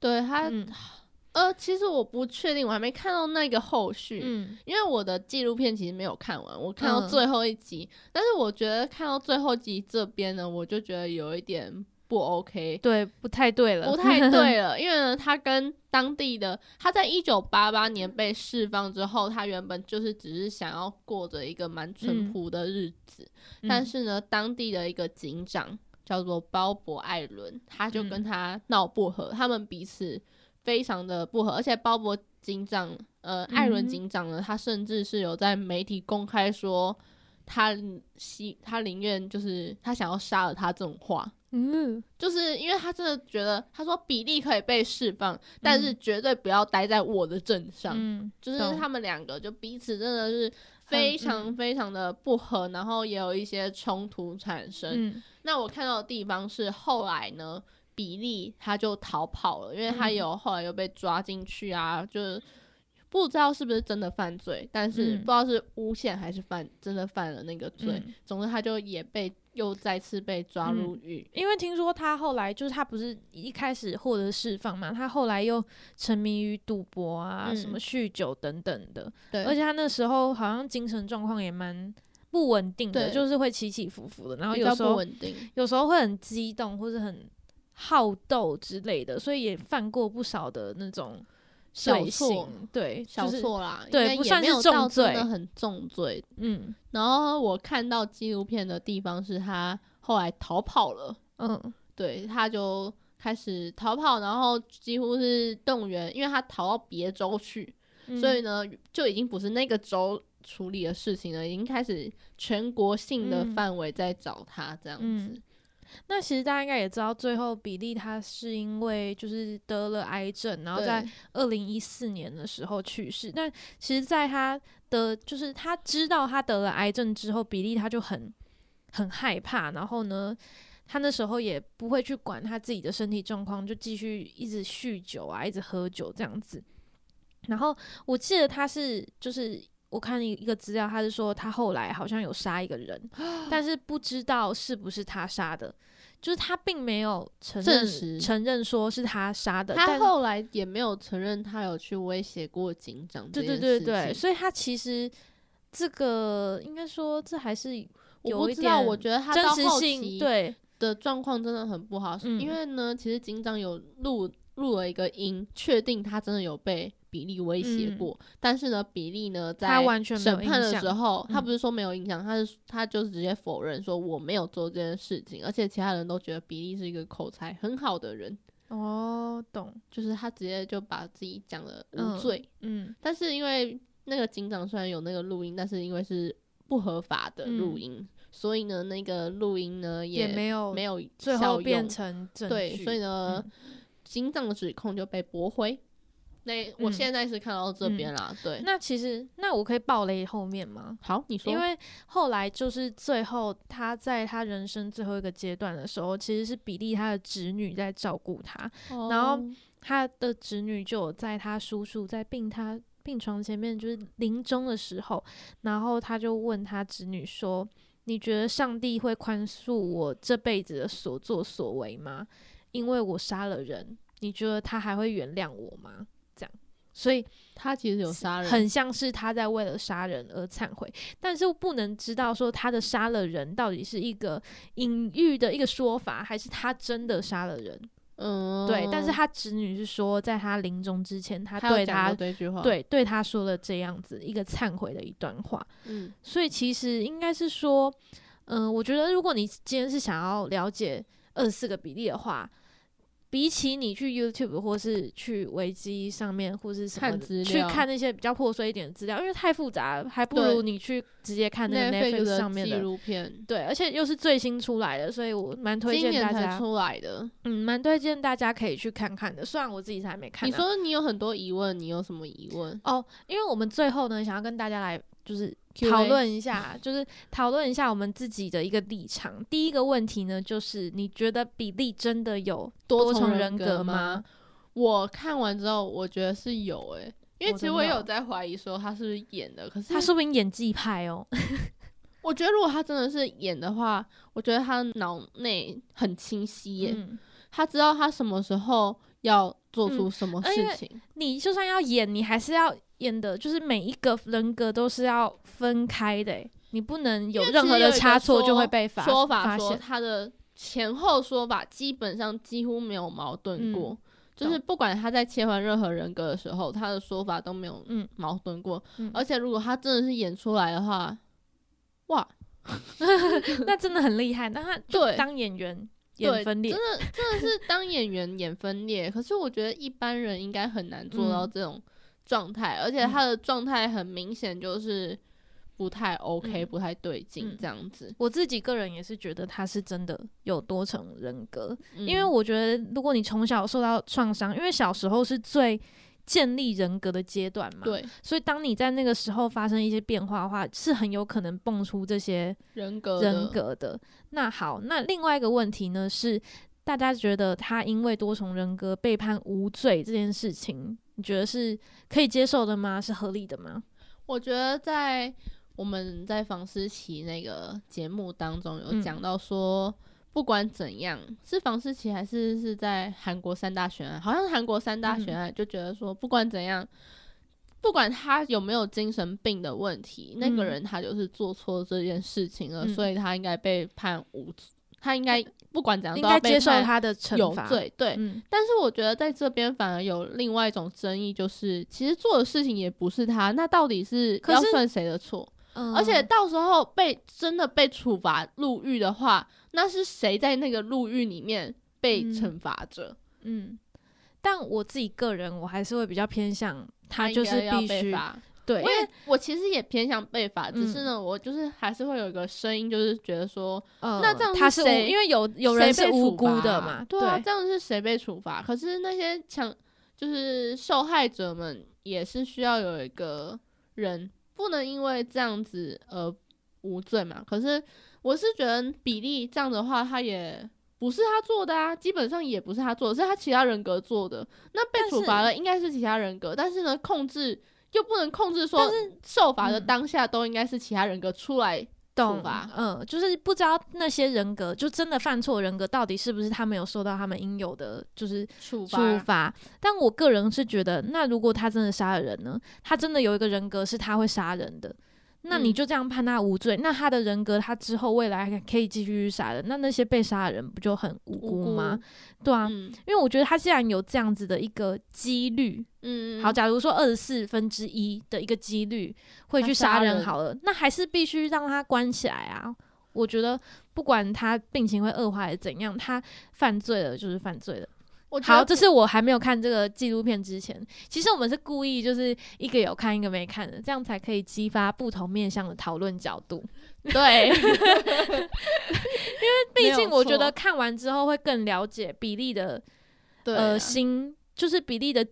[SPEAKER 2] 对他、
[SPEAKER 3] 嗯
[SPEAKER 2] 呃，其实我不确定，我还没看到那个后续。
[SPEAKER 3] 嗯
[SPEAKER 2] 因为我的纪录片其实没有看完，我看到
[SPEAKER 3] 嗯
[SPEAKER 2] 最后一集，但是我觉得看到最后集这边呢，我就觉得有一点不 OK，
[SPEAKER 3] 对，不太对了，
[SPEAKER 2] 不太对了。因为呢，他跟当地的他在一九八八年被释放之后，他原本就是只是想要过着一个蛮淳
[SPEAKER 3] 嗯
[SPEAKER 2] 朴的日子，
[SPEAKER 3] 嗯，
[SPEAKER 2] 但是呢，当地的一个警长叫做鲍勃·艾伦，他
[SPEAKER 3] 嗯
[SPEAKER 2] 就跟他闹不和，他们彼此非常的不和，而且鲍勃警长，呃，艾伦
[SPEAKER 3] 嗯
[SPEAKER 2] 警长呢，他甚至是有在媒体公开说。他希他宁愿就是他想要杀了他这种话，
[SPEAKER 3] 嗯
[SPEAKER 2] 就是因为他真的觉得他说比利可以被释放，但是绝对不要待在我的镇上。
[SPEAKER 3] 嗯
[SPEAKER 2] 就是
[SPEAKER 3] 懂
[SPEAKER 2] 他们两个就彼此真的是非常
[SPEAKER 3] 嗯
[SPEAKER 2] 非常的不合，然后也有一些冲突产生。
[SPEAKER 3] 嗯
[SPEAKER 2] 那我看到的地方是后来呢，比利他就逃跑了，因为他
[SPEAKER 3] 嗯
[SPEAKER 2] 有后来又被抓进去啊，就是不知道是不是真的犯罪，但是不
[SPEAKER 3] 嗯
[SPEAKER 2] 知道是诬陷还是犯真的犯了那个罪。
[SPEAKER 3] 嗯
[SPEAKER 2] 总之，他就也被又再次被抓入狱。
[SPEAKER 3] 因为听说他后来就是他不是一开始获得释放嘛，他后来又沉迷于赌博啊、
[SPEAKER 2] 嗯
[SPEAKER 3] 什么酗酒等等的，
[SPEAKER 2] 对，
[SPEAKER 3] 而且他那时候好像精神状况也蛮不稳定的，
[SPEAKER 2] 对
[SPEAKER 3] 就是会起起伏伏的，然后
[SPEAKER 2] 比
[SPEAKER 3] 有
[SPEAKER 2] 较
[SPEAKER 3] 时
[SPEAKER 2] 不
[SPEAKER 3] 候
[SPEAKER 2] 稳定。
[SPEAKER 3] 有时候会很激动或者很好斗之类的，所以也犯过不少的那种
[SPEAKER 2] 小
[SPEAKER 3] 罪
[SPEAKER 2] 错
[SPEAKER 3] 行，对，
[SPEAKER 2] 小
[SPEAKER 3] 就是，
[SPEAKER 2] 错啦，
[SPEAKER 3] 对
[SPEAKER 2] 应该
[SPEAKER 3] 不
[SPEAKER 2] 也
[SPEAKER 3] 算
[SPEAKER 2] 没
[SPEAKER 3] 是
[SPEAKER 2] 有
[SPEAKER 3] 重
[SPEAKER 2] 到真的
[SPEAKER 3] 罪
[SPEAKER 2] 很重罪。
[SPEAKER 3] 嗯
[SPEAKER 2] 然后我看到纪录片的地方是他后来逃跑了，
[SPEAKER 3] 嗯
[SPEAKER 2] 对，他就开始逃跑，然后几乎是动员，因为他逃到别州去，
[SPEAKER 3] 嗯，
[SPEAKER 2] 所以呢就已经不是那个州处理的事情了，已经开始全国性的
[SPEAKER 3] 嗯
[SPEAKER 2] 范围在找他这样子。
[SPEAKER 3] 嗯那其实大家应该也知道，最后比利他是因为就是得了癌症，然后
[SPEAKER 2] 对
[SPEAKER 3] 在二零一四年的时候去世。但其实，在他的就是他知道他得了癌症之后，比利他就很很害怕，然后呢，他那时候也不会去管他自己的身体状况，就继续一直酗酒啊，一直喝酒这样子。然后我记得他是就是。我看一一个资料，他是说他后来好像有杀一个人， 但是不知道是不是他杀的，就是他并没有承
[SPEAKER 2] 证
[SPEAKER 3] 认
[SPEAKER 2] 实
[SPEAKER 3] 承认说是他杀的。
[SPEAKER 2] 他
[SPEAKER 3] 但
[SPEAKER 2] 后来也没有承认他有去威胁过警长这
[SPEAKER 3] 对
[SPEAKER 2] 件
[SPEAKER 3] 对
[SPEAKER 2] 事情。
[SPEAKER 3] 对对，所以他其实这个应该说这还是
[SPEAKER 2] 我
[SPEAKER 3] 有
[SPEAKER 2] 不
[SPEAKER 3] 一
[SPEAKER 2] 知道，
[SPEAKER 3] 点
[SPEAKER 2] 我觉得他
[SPEAKER 3] 真
[SPEAKER 2] 到
[SPEAKER 3] 实
[SPEAKER 2] 后
[SPEAKER 3] 性
[SPEAKER 2] 期
[SPEAKER 3] 对，
[SPEAKER 2] 的状况真的很不好，
[SPEAKER 3] 嗯
[SPEAKER 2] 因为呢，其实警长有录录了一个音，确定他真的有被比利威胁过，但是呢，比利呢
[SPEAKER 3] 嗯他
[SPEAKER 2] 在
[SPEAKER 3] 完全没
[SPEAKER 2] 审
[SPEAKER 3] 有
[SPEAKER 2] 判
[SPEAKER 3] 印
[SPEAKER 2] 的
[SPEAKER 3] 象
[SPEAKER 2] 时候，
[SPEAKER 3] 嗯
[SPEAKER 2] 他不是说没有印象，他是他就是直接否认说我没有做这件事情，而且其他人都觉得比利是一个口才很好的人，
[SPEAKER 3] 哦，懂，
[SPEAKER 2] 就是他直接就把自己讲的
[SPEAKER 3] 嗯
[SPEAKER 2] 无罪，
[SPEAKER 3] 嗯
[SPEAKER 2] 但是因为那个警长虽然有那个录音，但是因为是不合法的
[SPEAKER 3] 嗯
[SPEAKER 2] 录音，所以呢，那个录音呢
[SPEAKER 3] 也没有
[SPEAKER 2] 没有
[SPEAKER 3] 最
[SPEAKER 2] 效
[SPEAKER 3] 后变
[SPEAKER 2] 用
[SPEAKER 3] 成证
[SPEAKER 2] 对，
[SPEAKER 3] 据
[SPEAKER 2] 所以呢
[SPEAKER 3] 嗯，
[SPEAKER 2] 警长的指控就被驳回。那我
[SPEAKER 3] 嗯
[SPEAKER 2] 现在是看到这边啦，对，
[SPEAKER 3] 那其实那我可以爆雷后面吗？
[SPEAKER 2] 好，你说，
[SPEAKER 3] 因为后来就是最后，他在他人生最后一个阶段的时候，其实是比利他的侄女在照顾他，
[SPEAKER 2] 哦
[SPEAKER 3] 然后他的侄女就有在他叔叔在病他病床前面就是临终的时候，然后他就问他侄女说：“你觉得上帝会宽恕我这辈子的所作所为吗？因为我杀了人，你觉得他还会原谅我吗？”这样，所以
[SPEAKER 2] 他其实有杀人，
[SPEAKER 3] 很像是他在为了杀人而忏悔，但是不能知道说他的杀了人到底是一个隐喻的一个说法，还是他真的杀了人。
[SPEAKER 2] 嗯，
[SPEAKER 3] 对，但是他侄女是说，在他临终之前，他
[SPEAKER 2] 有
[SPEAKER 3] 对
[SPEAKER 2] 讲
[SPEAKER 3] 他
[SPEAKER 2] 过这句话，，
[SPEAKER 3] 对对他说了这样子一个忏悔的一段话，
[SPEAKER 2] 嗯，
[SPEAKER 3] 所以其实应该是说，嗯、我觉得如果你今天是想要了解二十四个比例的话。比起你去 YouTube 或是去维基上面或是什么
[SPEAKER 2] 看资
[SPEAKER 3] 的
[SPEAKER 2] 料
[SPEAKER 3] 去看那些比较破碎一点的资料，因为太复杂了，还不
[SPEAKER 2] 对
[SPEAKER 3] 如你去直接看那个
[SPEAKER 2] Netflix
[SPEAKER 3] Netflix 上
[SPEAKER 2] 的
[SPEAKER 3] 面
[SPEAKER 2] 纪
[SPEAKER 3] 的。
[SPEAKER 2] 录片，
[SPEAKER 3] 对，而且又是最新出来的，所以我蛮推
[SPEAKER 2] 今
[SPEAKER 3] 荐
[SPEAKER 2] 年
[SPEAKER 3] 大
[SPEAKER 2] 才
[SPEAKER 3] 家，
[SPEAKER 2] 出来的。
[SPEAKER 3] 嗯，蛮推荐大家可以去看看的。虽然我自己是还没看、啊
[SPEAKER 2] 你说你有很多疑问，你有什么疑问？
[SPEAKER 3] 哦，因为我们最后呢，想要跟大家来就是讨
[SPEAKER 2] Q&A
[SPEAKER 3] 论一下，就是讨论一下我们自己的一个立场。第一个问题呢，就是你觉得比利真的有
[SPEAKER 2] 多
[SPEAKER 3] 重
[SPEAKER 2] 重
[SPEAKER 3] 人
[SPEAKER 2] 人
[SPEAKER 3] 格
[SPEAKER 2] 格吗？我看完之后，我觉得是有诶、因为
[SPEAKER 3] 哦
[SPEAKER 2] 其实
[SPEAKER 3] 真
[SPEAKER 2] 我
[SPEAKER 3] 的
[SPEAKER 2] 有
[SPEAKER 3] 哦
[SPEAKER 2] 在怀疑说他是不是演的，可是
[SPEAKER 3] 他说不定演技派哦，
[SPEAKER 2] 我觉得如果他真的是演的话，我觉得他脑内很清晰耶，
[SPEAKER 3] 嗯，
[SPEAKER 2] 他知道他什么时候要做出什么
[SPEAKER 3] 嗯因为
[SPEAKER 2] 事情。
[SPEAKER 3] 你就算要演，你还是要演的，就是每一个人格都是要分开的欸，你不能有
[SPEAKER 2] 因为
[SPEAKER 3] 任
[SPEAKER 2] 其
[SPEAKER 3] 何
[SPEAKER 2] 实
[SPEAKER 3] 的
[SPEAKER 2] 有一
[SPEAKER 3] 差
[SPEAKER 2] 个
[SPEAKER 3] 错就
[SPEAKER 2] 说
[SPEAKER 3] 会被发
[SPEAKER 2] 说
[SPEAKER 3] 发
[SPEAKER 2] 法说
[SPEAKER 3] 现。
[SPEAKER 2] 他的前后说法基本上几乎没有矛盾过，就是
[SPEAKER 3] 懂
[SPEAKER 2] 不管他在切换任何人格的时候，他的说法都没有
[SPEAKER 3] 嗯
[SPEAKER 2] 矛盾过。
[SPEAKER 3] 嗯
[SPEAKER 2] 而且如果他真的是演出来的话，哇，
[SPEAKER 3] 那真的很厉害，那他就
[SPEAKER 2] 对
[SPEAKER 3] 当演员
[SPEAKER 2] 对
[SPEAKER 3] 演分裂
[SPEAKER 2] 真，的真的是当演员演分裂。 可是我觉得一般人应该很难做到
[SPEAKER 3] 嗯
[SPEAKER 2] 这种状态，而且他的状态很明显就是不太 OK，、
[SPEAKER 3] 嗯
[SPEAKER 2] 不太对劲
[SPEAKER 3] 嗯
[SPEAKER 2] 这样子。
[SPEAKER 3] 我自己个人也是觉得他是真的有多重人格，
[SPEAKER 2] 嗯
[SPEAKER 3] 因为我觉得如果你从小受到创伤，因为小时候是最建立人格的阶段嘛，，
[SPEAKER 2] 嗯对
[SPEAKER 3] 所以当你在那个时候发生一些变化的话，是很有可能蹦出这些
[SPEAKER 2] 人格的
[SPEAKER 3] 人格的。那好，那另外一个问题呢是。大家觉得他因为多重人格被判无罪这件事情，你觉得是可以接受的吗？是合理的吗？
[SPEAKER 2] 我觉得在我们在房思琪那个节目当中
[SPEAKER 3] 嗯
[SPEAKER 2] 有讲到说，不管怎样，是房思琪还是是在韩国三大悬案，好像是韩国三大
[SPEAKER 3] 嗯
[SPEAKER 2] 悬案就觉得说，不管怎样，不管他有没有精神病的问题，那个
[SPEAKER 3] 嗯
[SPEAKER 2] 人他就是做错这件事情了，
[SPEAKER 3] 嗯呃
[SPEAKER 2] 所以他应该被判无，他应该不管怎样
[SPEAKER 3] 应
[SPEAKER 2] 都要
[SPEAKER 3] 该
[SPEAKER 2] 被
[SPEAKER 3] 接受
[SPEAKER 2] 判
[SPEAKER 3] 他的惩
[SPEAKER 2] 有
[SPEAKER 3] 罚。，
[SPEAKER 2] 罪，对，
[SPEAKER 3] 嗯
[SPEAKER 2] 但是我觉得在这边反而有另外一种争议，就是其实做的事情也不是他，那到底是
[SPEAKER 3] 可
[SPEAKER 2] 要
[SPEAKER 3] 是
[SPEAKER 2] 算谁的错？
[SPEAKER 3] 嗯
[SPEAKER 2] 而且到时候被真的被处罚入狱的话，那是谁在那个入狱里面被
[SPEAKER 3] 嗯
[SPEAKER 2] 惩罚着？
[SPEAKER 3] 嗯，但我自己个人，我还是会比较偏向
[SPEAKER 2] 他
[SPEAKER 3] 他就是
[SPEAKER 2] 应该要
[SPEAKER 3] 必
[SPEAKER 2] 被
[SPEAKER 3] 须
[SPEAKER 2] 罚。
[SPEAKER 3] 对，因
[SPEAKER 2] 我
[SPEAKER 3] 为
[SPEAKER 2] 也我其实也偏向被罚，只是
[SPEAKER 3] 嗯
[SPEAKER 2] 呢，我就是还是会有一个声音，就是觉得说
[SPEAKER 3] 呃，
[SPEAKER 2] 那这样
[SPEAKER 3] 他
[SPEAKER 2] 是
[SPEAKER 3] 是无
[SPEAKER 2] 谁
[SPEAKER 3] 因为有有人
[SPEAKER 2] 谁
[SPEAKER 3] 是
[SPEAKER 2] 被
[SPEAKER 3] 无
[SPEAKER 2] 处
[SPEAKER 3] 辜
[SPEAKER 2] 罚
[SPEAKER 3] 的嘛，
[SPEAKER 2] 对啊，这样是谁被处罚？可是那些强就是受害者们也是需要有一个人，不能因为这样子而无罪嘛。可是我是觉得比例这样的话，他也。不是他做的啊，基本上也不是他做的，是他其他人格做的。那被
[SPEAKER 3] 但
[SPEAKER 2] 处
[SPEAKER 3] 是
[SPEAKER 2] 罚的应该是其他人格，但是呢，控制又不能控制说
[SPEAKER 3] 但是
[SPEAKER 2] 受罚的
[SPEAKER 3] 嗯
[SPEAKER 2] 当下都应该是其他人格出来
[SPEAKER 3] 懂
[SPEAKER 2] 罚
[SPEAKER 3] 嗯，就是不知道那些人格，就真的犯错人格到底是不是他们有受到他们应有的，就是
[SPEAKER 2] 处
[SPEAKER 3] 处
[SPEAKER 2] 罚。
[SPEAKER 3] 罚。但我个人是觉得，那如果他真的杀了人呢？他真的有一个人格是他会杀人的。那你
[SPEAKER 2] 嗯
[SPEAKER 3] 就这样判他无罪，那他的人格他之后未来还可以继续杀人，那那些被杀的人不就很无
[SPEAKER 2] 无
[SPEAKER 3] 辜吗？
[SPEAKER 2] 辜
[SPEAKER 3] 对啊，
[SPEAKER 2] 嗯
[SPEAKER 3] 因为我觉得他既然有这样子的一个几率，
[SPEAKER 2] 嗯，
[SPEAKER 3] 好，假如说二十四分之一的一个几率会
[SPEAKER 2] 他
[SPEAKER 3] 去
[SPEAKER 2] 杀
[SPEAKER 3] 杀人
[SPEAKER 2] 人
[SPEAKER 3] 好了，那还是必须让他关起来啊。我觉得不管他病情会恶化还是怎样，他犯罪了就是犯罪了。
[SPEAKER 2] 我觉得
[SPEAKER 3] 好，这是我还没有看这个纪录片之前，其实我们是故意就是一个有看一个没看的，这样才可以激发不同面向的讨论角度。
[SPEAKER 2] 对，没
[SPEAKER 3] 毕
[SPEAKER 2] 有
[SPEAKER 3] 竟我觉
[SPEAKER 2] 错
[SPEAKER 3] 得看完之后会更了解比利的
[SPEAKER 2] 对啊、
[SPEAKER 3] 呃心，就是比利的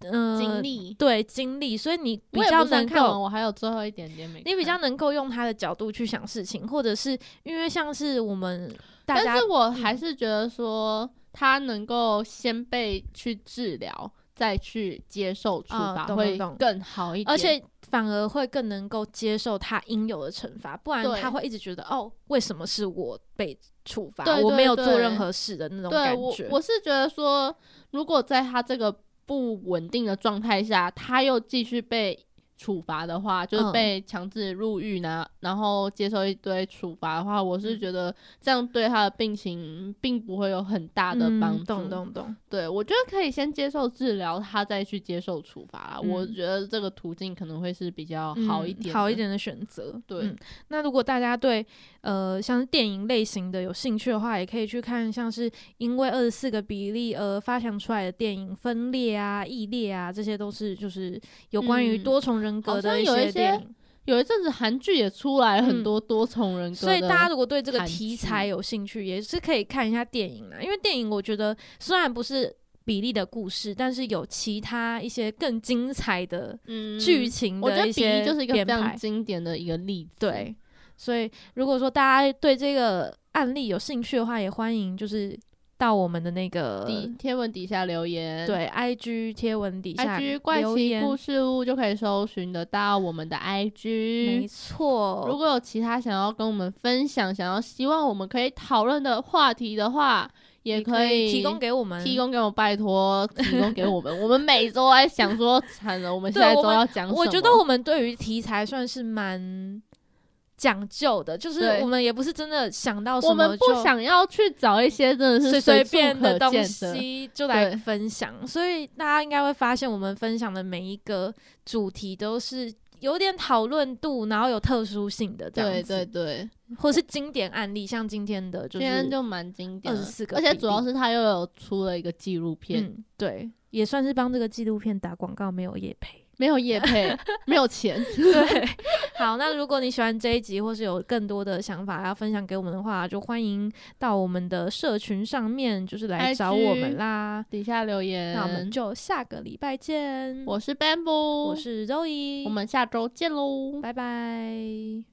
[SPEAKER 3] 呃
[SPEAKER 2] 经历
[SPEAKER 3] 对经历，所以你比
[SPEAKER 2] 我也
[SPEAKER 3] 较
[SPEAKER 2] 不算
[SPEAKER 3] 能
[SPEAKER 2] 看完，
[SPEAKER 3] 够。
[SPEAKER 2] 我还有最后一点点没看。
[SPEAKER 3] 你比较能够用他的角度去想事情，或者是因为像是我们大家嗯
[SPEAKER 2] 但是我还是觉得说他能够先被去治疗，再去接受处
[SPEAKER 3] 哦
[SPEAKER 2] 罚、
[SPEAKER 3] 懂
[SPEAKER 2] 会
[SPEAKER 3] 懂懂
[SPEAKER 2] 更好一点。
[SPEAKER 3] 而且反而会更能够接受他应有的惩罚，不然
[SPEAKER 2] 对
[SPEAKER 3] 他会一直觉得哦，为什么是我被处罚，
[SPEAKER 2] 对
[SPEAKER 3] 我
[SPEAKER 2] 对
[SPEAKER 3] 没有
[SPEAKER 2] 对
[SPEAKER 3] 做任何事的那种
[SPEAKER 2] 对
[SPEAKER 3] 感
[SPEAKER 2] 我
[SPEAKER 3] 觉。
[SPEAKER 2] 我是觉得说，如果在他这个不稳定的状态下，他又继续被。处罚的话，就是
[SPEAKER 3] 嗯
[SPEAKER 2] 被强制入狱呢，然后接受一堆处罚的话，我是
[SPEAKER 3] 嗯
[SPEAKER 2] 觉得这样对他的病情并不会有很大的帮助。
[SPEAKER 3] 嗯，懂懂懂，
[SPEAKER 2] 对，我觉得可以先接受治疗，他再去接受处罚啦。我
[SPEAKER 3] 嗯
[SPEAKER 2] 觉得这个途径可能会是比较好一
[SPEAKER 3] 嗯
[SPEAKER 2] 点、
[SPEAKER 3] 好一。点的选择。
[SPEAKER 2] 对
[SPEAKER 3] 嗯那如果大家对呃像是电影类型的有兴趣的话，也可以去看像是因为二十四个比例而发想出来的电影《分裂》啊、《异裂》啊，这些都是就是有关于
[SPEAKER 2] 嗯
[SPEAKER 3] 多重人
[SPEAKER 2] 好
[SPEAKER 3] 格
[SPEAKER 2] 像
[SPEAKER 3] 的
[SPEAKER 2] 有一些
[SPEAKER 3] 些电影。
[SPEAKER 2] 有一阵子韩剧也出来了很
[SPEAKER 3] 嗯
[SPEAKER 2] 多多重人格、
[SPEAKER 3] 所以大家如果对这个
[SPEAKER 2] 韩
[SPEAKER 3] 题
[SPEAKER 2] 剧
[SPEAKER 3] 材有兴趣，也是可以看一下电影啦。因为电影我觉得虽然不是比利的故事，但是有其他一些更精彩的
[SPEAKER 2] 嗯
[SPEAKER 3] 剧，情
[SPEAKER 2] 我觉
[SPEAKER 3] 的
[SPEAKER 2] 得
[SPEAKER 3] 一
[SPEAKER 2] 比
[SPEAKER 3] 些
[SPEAKER 2] 喻就是一个非
[SPEAKER 3] 编
[SPEAKER 2] 常
[SPEAKER 3] 排。
[SPEAKER 2] 经典的一个例子。
[SPEAKER 3] 对，所以如果说大家对这个案例有兴趣的话，也欢迎就是到我们的那个
[SPEAKER 2] 底贴文底下留言。。
[SPEAKER 3] 对 IG 贴文底下
[SPEAKER 2] IG 怪
[SPEAKER 3] 留
[SPEAKER 2] 奇
[SPEAKER 3] 言
[SPEAKER 2] 故事屋就可以搜寻得到我们的
[SPEAKER 3] 没
[SPEAKER 2] IG。
[SPEAKER 3] 错。
[SPEAKER 2] 如果有其他想要跟我们分享、想要希望我们可以讨论的话题的话，也
[SPEAKER 3] 你可
[SPEAKER 2] 以
[SPEAKER 3] 提供给我们
[SPEAKER 2] 提供给我，拜托，提供给我们。我们每周在想说，惨了，我们现
[SPEAKER 3] 对
[SPEAKER 2] 在
[SPEAKER 3] 我
[SPEAKER 2] 都
[SPEAKER 3] 们
[SPEAKER 2] 要讲什么？
[SPEAKER 3] 我觉得我们对于题材算是蛮讲究的，就是
[SPEAKER 2] 对
[SPEAKER 3] 我们也不是真的想到什
[SPEAKER 2] 我
[SPEAKER 3] 么
[SPEAKER 2] 们不
[SPEAKER 3] 就
[SPEAKER 2] 想要去找一些真的是
[SPEAKER 3] 随随
[SPEAKER 2] 处
[SPEAKER 3] 便
[SPEAKER 2] 可
[SPEAKER 3] 的东
[SPEAKER 2] 见的。
[SPEAKER 3] 西就来
[SPEAKER 2] 对
[SPEAKER 3] 分享，所以大家应该会发现我们分享的每一个主题都是。有点讨论度，然后有特殊性的这样
[SPEAKER 2] 对对
[SPEAKER 3] 子，
[SPEAKER 2] 对，
[SPEAKER 3] 或是经典案例，像今天的就
[SPEAKER 2] 今
[SPEAKER 3] 是
[SPEAKER 2] 天就蛮经典的，
[SPEAKER 3] 24个
[SPEAKER 2] 而且
[SPEAKER 3] 比
[SPEAKER 2] 主要
[SPEAKER 3] 例
[SPEAKER 2] 是他又有出了一个纪录片，
[SPEAKER 3] 嗯，对，也算是帮这个纪录片打广告，没有业配。
[SPEAKER 2] 没有叶 配，没有钱，
[SPEAKER 3] 对，好，那如果你喜欢这一集，或是有更多的想法要分享给我们的话，就欢迎到我们的社群上面，就是来找我们啦。
[SPEAKER 2] 底下留言。
[SPEAKER 3] 那我们就下个礼拜见。
[SPEAKER 2] 嗯我是 Bamboo，
[SPEAKER 3] 我是周怡，
[SPEAKER 2] 我们下周见喽，
[SPEAKER 3] 拜拜。